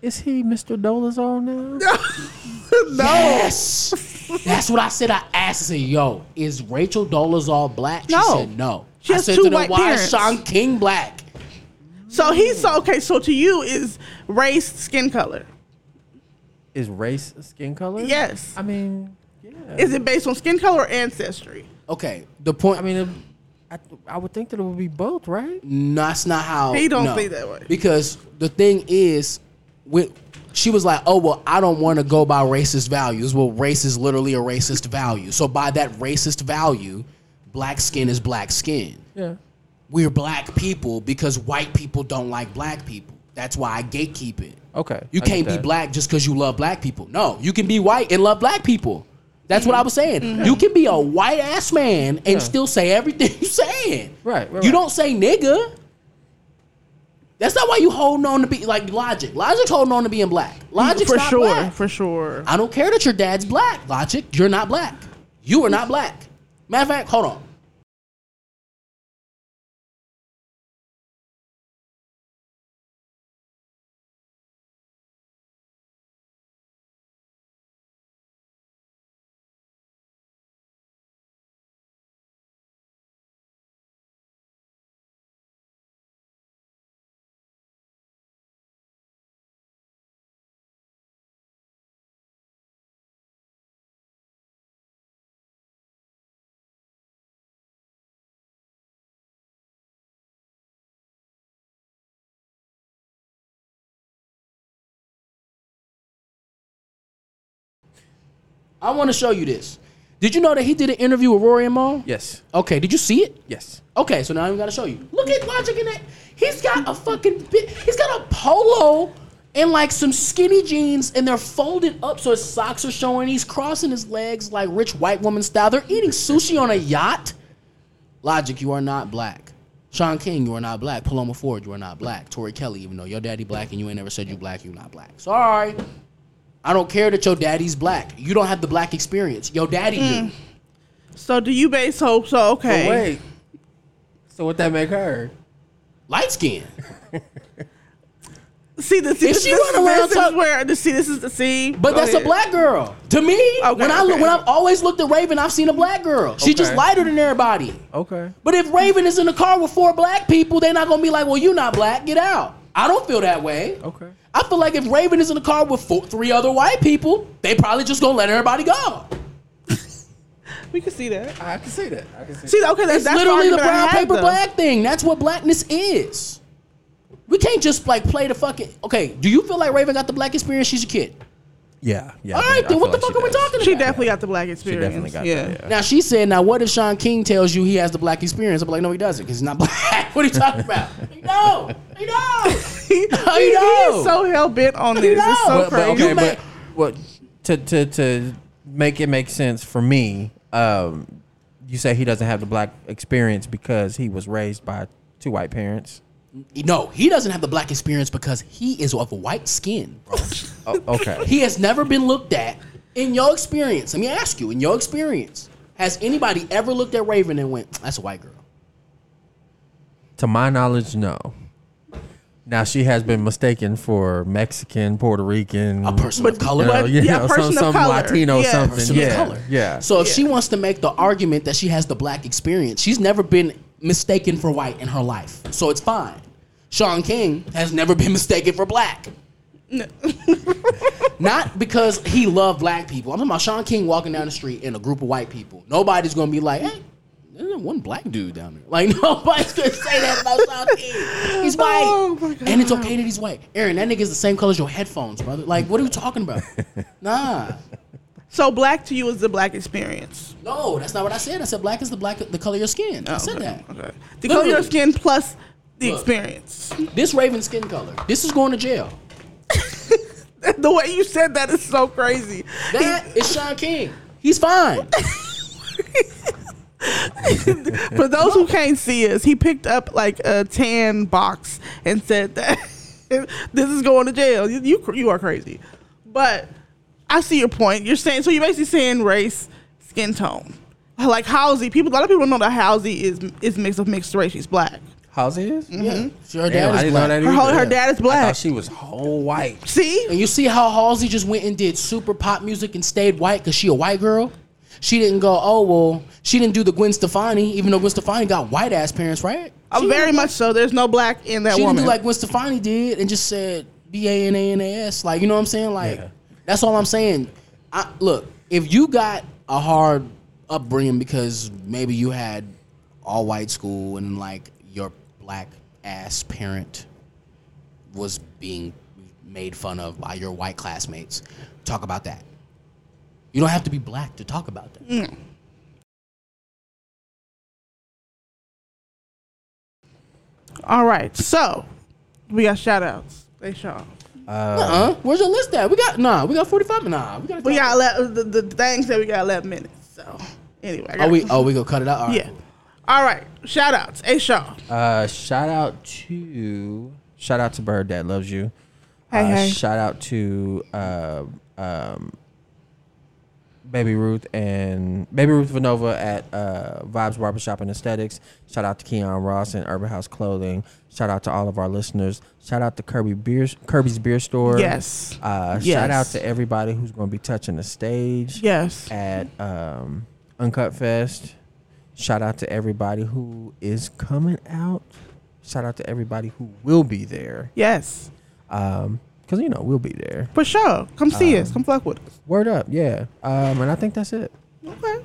[SPEAKER 2] is he Mr. Dolezal now?
[SPEAKER 3] Yes. That's what I said. I asked her, yo, is Rachel Dolezal black? She
[SPEAKER 1] No.
[SPEAKER 3] said no.
[SPEAKER 1] She
[SPEAKER 3] I
[SPEAKER 1] has
[SPEAKER 3] said
[SPEAKER 1] two
[SPEAKER 3] to them,
[SPEAKER 1] white
[SPEAKER 3] why
[SPEAKER 1] parents."
[SPEAKER 3] is Sean King black?
[SPEAKER 1] So
[SPEAKER 3] Mm.
[SPEAKER 1] he's so okay. So to you is race, skin color.
[SPEAKER 2] is race skin color?
[SPEAKER 1] Yes.
[SPEAKER 2] I mean, yeah.
[SPEAKER 1] Is it based on skin color or ancestry?
[SPEAKER 3] Okay, the point.
[SPEAKER 2] I mean, it- I, I would think that it would be both, right?
[SPEAKER 3] No, that's not how
[SPEAKER 1] He don't
[SPEAKER 3] no.
[SPEAKER 1] see that way.
[SPEAKER 3] Because the thing is, with she was like, "Oh well, I don't want to go by racist values." Well, race is literally a racist value. So by that racist value, black skin is black skin.
[SPEAKER 2] Yeah.
[SPEAKER 3] We're black people because white people don't like black people. That's why I gatekeep it.
[SPEAKER 2] Okay,
[SPEAKER 3] You
[SPEAKER 2] I get
[SPEAKER 3] can't be
[SPEAKER 2] that.
[SPEAKER 3] black just because you love black people. No, you can be white and love black people. That's what I was saying. You can be a white ass man and still say everything you saying.
[SPEAKER 2] Right, right,
[SPEAKER 3] You
[SPEAKER 2] right.
[SPEAKER 3] don't say nigga. That's not why you holding on to be like logic. Logic's holding on to being black. Logic's
[SPEAKER 1] for
[SPEAKER 3] not
[SPEAKER 1] sure,
[SPEAKER 3] black.
[SPEAKER 1] for sure.
[SPEAKER 3] I don't care that your dad's black. Logic, you're not black. You are not black. Matter of fact, hold on. I want to show you this. Did you know that he did an interview with Rory and Maul?
[SPEAKER 2] Yes.
[SPEAKER 3] Okay, did you see it?
[SPEAKER 2] Yes.
[SPEAKER 3] Okay, so now I even gotta show you. Look at Logic in that. He's got a fucking. bi- He's got a polo and like some skinny jeans, and they're folded up so his socks are showing. He's crossing his legs like rich white woman style. They're eating sushi on a yacht. Logic, you are not black. Sean King, you are not black. Paloma Ford, you are not black. Tori Kelly, even though your daddy black and you ain't never said you black, you not black. Sorry. I don't care that your daddy's black. You don't have the black experience. Your daddy do.
[SPEAKER 1] So do you base hope? So okay,
[SPEAKER 2] wait. So what that make her?
[SPEAKER 3] Light skin.
[SPEAKER 1] see this. See,
[SPEAKER 3] If
[SPEAKER 1] this,
[SPEAKER 3] she
[SPEAKER 1] this,
[SPEAKER 3] run around
[SPEAKER 1] this is
[SPEAKER 3] talk-
[SPEAKER 1] where the see. This is the see.
[SPEAKER 3] But
[SPEAKER 1] Go
[SPEAKER 3] that's
[SPEAKER 1] ahead.
[SPEAKER 3] a black girl. To me, when I look
[SPEAKER 1] okay.
[SPEAKER 3] when I've always looked at Raven, I've seen a black girl. She's just
[SPEAKER 2] Okay.
[SPEAKER 3] lighter than everybody.
[SPEAKER 1] Oh.
[SPEAKER 2] Okay.
[SPEAKER 3] But if Raven is in a car with four black people, they're not gonna be like, "Well, you're not black. Get out." I don't feel that way.
[SPEAKER 2] Okay.
[SPEAKER 3] I feel like if Raven is in a car with four, three other white people, they probably just gonna let everybody go.
[SPEAKER 1] We can see that.
[SPEAKER 2] I can see that. I can see.
[SPEAKER 1] See, okay, that's,
[SPEAKER 3] It's
[SPEAKER 1] that's
[SPEAKER 3] literally the
[SPEAKER 1] argument I
[SPEAKER 3] brown
[SPEAKER 1] had,
[SPEAKER 3] paper
[SPEAKER 1] though.
[SPEAKER 3] black thing. That's what blackness is. We can't just like play the fucking. Okay, do you feel like Raven got the black experience? She's a kid.
[SPEAKER 2] Yeah. Yeah.
[SPEAKER 3] All
[SPEAKER 2] I
[SPEAKER 3] right,
[SPEAKER 2] think- I
[SPEAKER 3] then what the
[SPEAKER 2] feel
[SPEAKER 3] fuck
[SPEAKER 2] like
[SPEAKER 3] are we
[SPEAKER 2] she does.
[SPEAKER 3] talking about?
[SPEAKER 1] She definitely got the black
[SPEAKER 2] She
[SPEAKER 1] experience.
[SPEAKER 2] definitely got
[SPEAKER 1] yeah.
[SPEAKER 2] that. Yeah.
[SPEAKER 3] Now she said, "Now what if Sean King tells you he has the black experience?" I'm like, "No, he doesn't, because he's not black." what are you talking about? no, he knows.
[SPEAKER 1] he,
[SPEAKER 3] No,
[SPEAKER 1] he-
[SPEAKER 3] you
[SPEAKER 1] he
[SPEAKER 3] don't.
[SPEAKER 1] is so hell bent on this.
[SPEAKER 3] don't.
[SPEAKER 1] It's so
[SPEAKER 2] but, but
[SPEAKER 1] crazy.
[SPEAKER 2] okay,
[SPEAKER 3] You
[SPEAKER 2] but
[SPEAKER 3] may-
[SPEAKER 2] what to to to make it make sense for me, um, you say he doesn't have the black experience because he was raised by two white parents.
[SPEAKER 3] No, he doesn't have the black experience because he is of white skin. bro.
[SPEAKER 2] O- Oh, okay.
[SPEAKER 3] he has never been looked at. In your experience, let me ask you: In your experience, has anybody ever looked at Raven and went, "That's a white girl"?
[SPEAKER 2] to my knowledge, no. Now she has been mistaken for Mexican, Puerto Rican,
[SPEAKER 3] A person
[SPEAKER 1] But-
[SPEAKER 3] of color.
[SPEAKER 1] but-
[SPEAKER 2] you
[SPEAKER 1] yeah,
[SPEAKER 2] know,
[SPEAKER 1] person
[SPEAKER 2] some,
[SPEAKER 1] of
[SPEAKER 2] some
[SPEAKER 1] color.
[SPEAKER 2] Latino,
[SPEAKER 1] Yeah.
[SPEAKER 2] something,
[SPEAKER 3] person
[SPEAKER 2] yeah,
[SPEAKER 3] of color.
[SPEAKER 2] yeah.
[SPEAKER 3] So if
[SPEAKER 1] Yeah.
[SPEAKER 3] she wants to make the argument that she has the black experience, she's never been mistaken for white in her life. So it's fine. Sean King has never been mistaken for black. Not because he loved black people. I'm talking about Sean King walking down the street in a group of white people. Nobody's gonna be like, hey, there's that one black dude down there. Like nobody's gonna say that about Sean King. He's white,
[SPEAKER 1] Oh, my God.
[SPEAKER 3] and it's okay that he's white. Aaron, that nigga's the same color as your headphones, brother. Like, what are you talking about? nah,
[SPEAKER 1] so black to you is the black experience.
[SPEAKER 3] no, that's not what I said. I said black is the black the color of your skin. I
[SPEAKER 1] Oh,
[SPEAKER 3] said
[SPEAKER 1] okay.
[SPEAKER 3] that.
[SPEAKER 1] Okay. The color of your
[SPEAKER 3] Literally.
[SPEAKER 1] skin plus the
[SPEAKER 3] Look.
[SPEAKER 1] experience.
[SPEAKER 3] This Raven skin color. This is going to jail.
[SPEAKER 1] the way you said that is so crazy.
[SPEAKER 3] That is Sean King. He's fine.
[SPEAKER 1] For those who can't see us, he picked up like a tan box and said that this is going to jail. You, you you are crazy, but I see your point. You're saying so. You're basically saying race, skin tone, like Halsey. People, a lot of people know that Halsey is is mixed of mixed race. She's black.
[SPEAKER 2] How's he is?
[SPEAKER 3] Yeah. So her
[SPEAKER 2] Damn, I
[SPEAKER 3] Mm-hmm. dad is
[SPEAKER 2] didn't know
[SPEAKER 3] black.
[SPEAKER 2] that
[SPEAKER 1] Her
[SPEAKER 2] either.
[SPEAKER 1] whole- her
[SPEAKER 2] Yeah.
[SPEAKER 1] dad is
[SPEAKER 2] I
[SPEAKER 1] black.
[SPEAKER 2] thought she was whole white.
[SPEAKER 1] See,
[SPEAKER 3] And you see how Halsey just went and did super pop music and stayed white because she a white girl? She didn't go, oh, well, she didn't do the Gwen Stefani, even though Gwen Stefani got white ass parents, right?
[SPEAKER 1] Uh, very much so. There's no black in that
[SPEAKER 3] She
[SPEAKER 1] woman.
[SPEAKER 3] didn't do like Gwen Stefani did and just said B A N A N A S. Like, you know what I'm saying? Like,
[SPEAKER 2] Yeah.
[SPEAKER 3] that's all I'm saying. I, look, if you got a hard upbringing because maybe you had all white school and like your black ass parent was being made fun of by your white classmates, talk about that. You don't have to be black to talk about that.
[SPEAKER 1] All right, so We got shout outs. They shout.
[SPEAKER 3] Uh, where's your list at? We got nah, we got forty five. Nah, we got.
[SPEAKER 1] We got ele- the, the things that we got 11 minutes. So, anyway. I
[SPEAKER 3] Oh,
[SPEAKER 1] got-
[SPEAKER 3] we oh we gonna cut it out. All right,
[SPEAKER 1] Yeah.
[SPEAKER 3] cool.
[SPEAKER 1] All right. Shout outs. A Shaw.
[SPEAKER 2] Uh, shout out to shout out to Bird that loves you.
[SPEAKER 1] Hey,
[SPEAKER 2] uh,
[SPEAKER 1] hey.
[SPEAKER 2] Shout out to uh, um, Baby Ruth and Baby Ruth Vanova at uh, Vibes Barbershop and Aesthetics. Shout out to Keon Ross and Urban House Clothing. Shout out to all of our listeners. Shout out to Kirby Beer Kirby's Beer Store.
[SPEAKER 1] Yes.
[SPEAKER 2] Uh, Shout
[SPEAKER 1] Yes.
[SPEAKER 2] out to everybody who's going to be touching the stage
[SPEAKER 1] Yes.
[SPEAKER 2] at um, Uncut Fest. Shout out to everybody who is coming out. Shout out to everybody who will be there.
[SPEAKER 1] Yes.
[SPEAKER 2] Um, cause you know we'll be there.
[SPEAKER 1] For sure. Come
[SPEAKER 2] Uh-huh.
[SPEAKER 1] see us. Come fuck with us.
[SPEAKER 2] Word up, yeah. Um, and I think that's it.
[SPEAKER 1] Okay.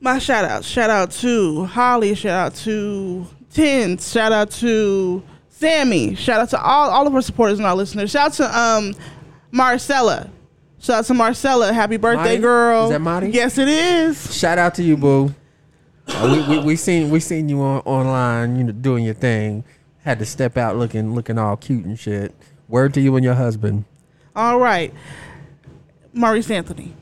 [SPEAKER 1] My shout out. Shout out to Holly. Shout out to Tins. Shout out to Sammy. Shout out to all, all of our supporters and our listeners. Shout out to um Marcella. Shout out to Marcella. Happy birthday,
[SPEAKER 2] Marty?
[SPEAKER 1] girl.
[SPEAKER 2] Is that Marty?
[SPEAKER 1] Yes, it is.
[SPEAKER 2] Shout out to you, boo. Uh, we, we we seen we seen you on online, you know, doing your thing. Had to step out looking looking all cute and shit. Word to you and your husband.
[SPEAKER 1] All right. Maurice Anthony.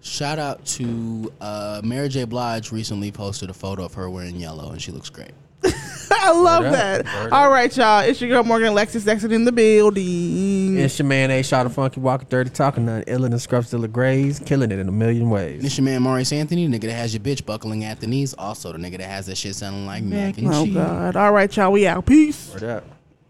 [SPEAKER 3] Shout out to uh, Mary J. Blige. Recently posted a photo of her wearing yellow, and she looks great.
[SPEAKER 1] I love
[SPEAKER 2] up.
[SPEAKER 1] that.
[SPEAKER 2] Word
[SPEAKER 1] All right, y'all. It's your girl Morgan Alexis Exit in the building.
[SPEAKER 2] It's your man A Shot of Funky Walker Dirty Talking None Illin and Scrubs Dilla Grays, killing it in a million ways.
[SPEAKER 3] This your man Maurice Anthony, nigga that has your bitch buckling at the knees. Also, the nigga that has that shit sounding like mac and
[SPEAKER 1] Oh
[SPEAKER 3] cheese.
[SPEAKER 1] God. All right, y'all. We out. Peace.
[SPEAKER 2] Word up.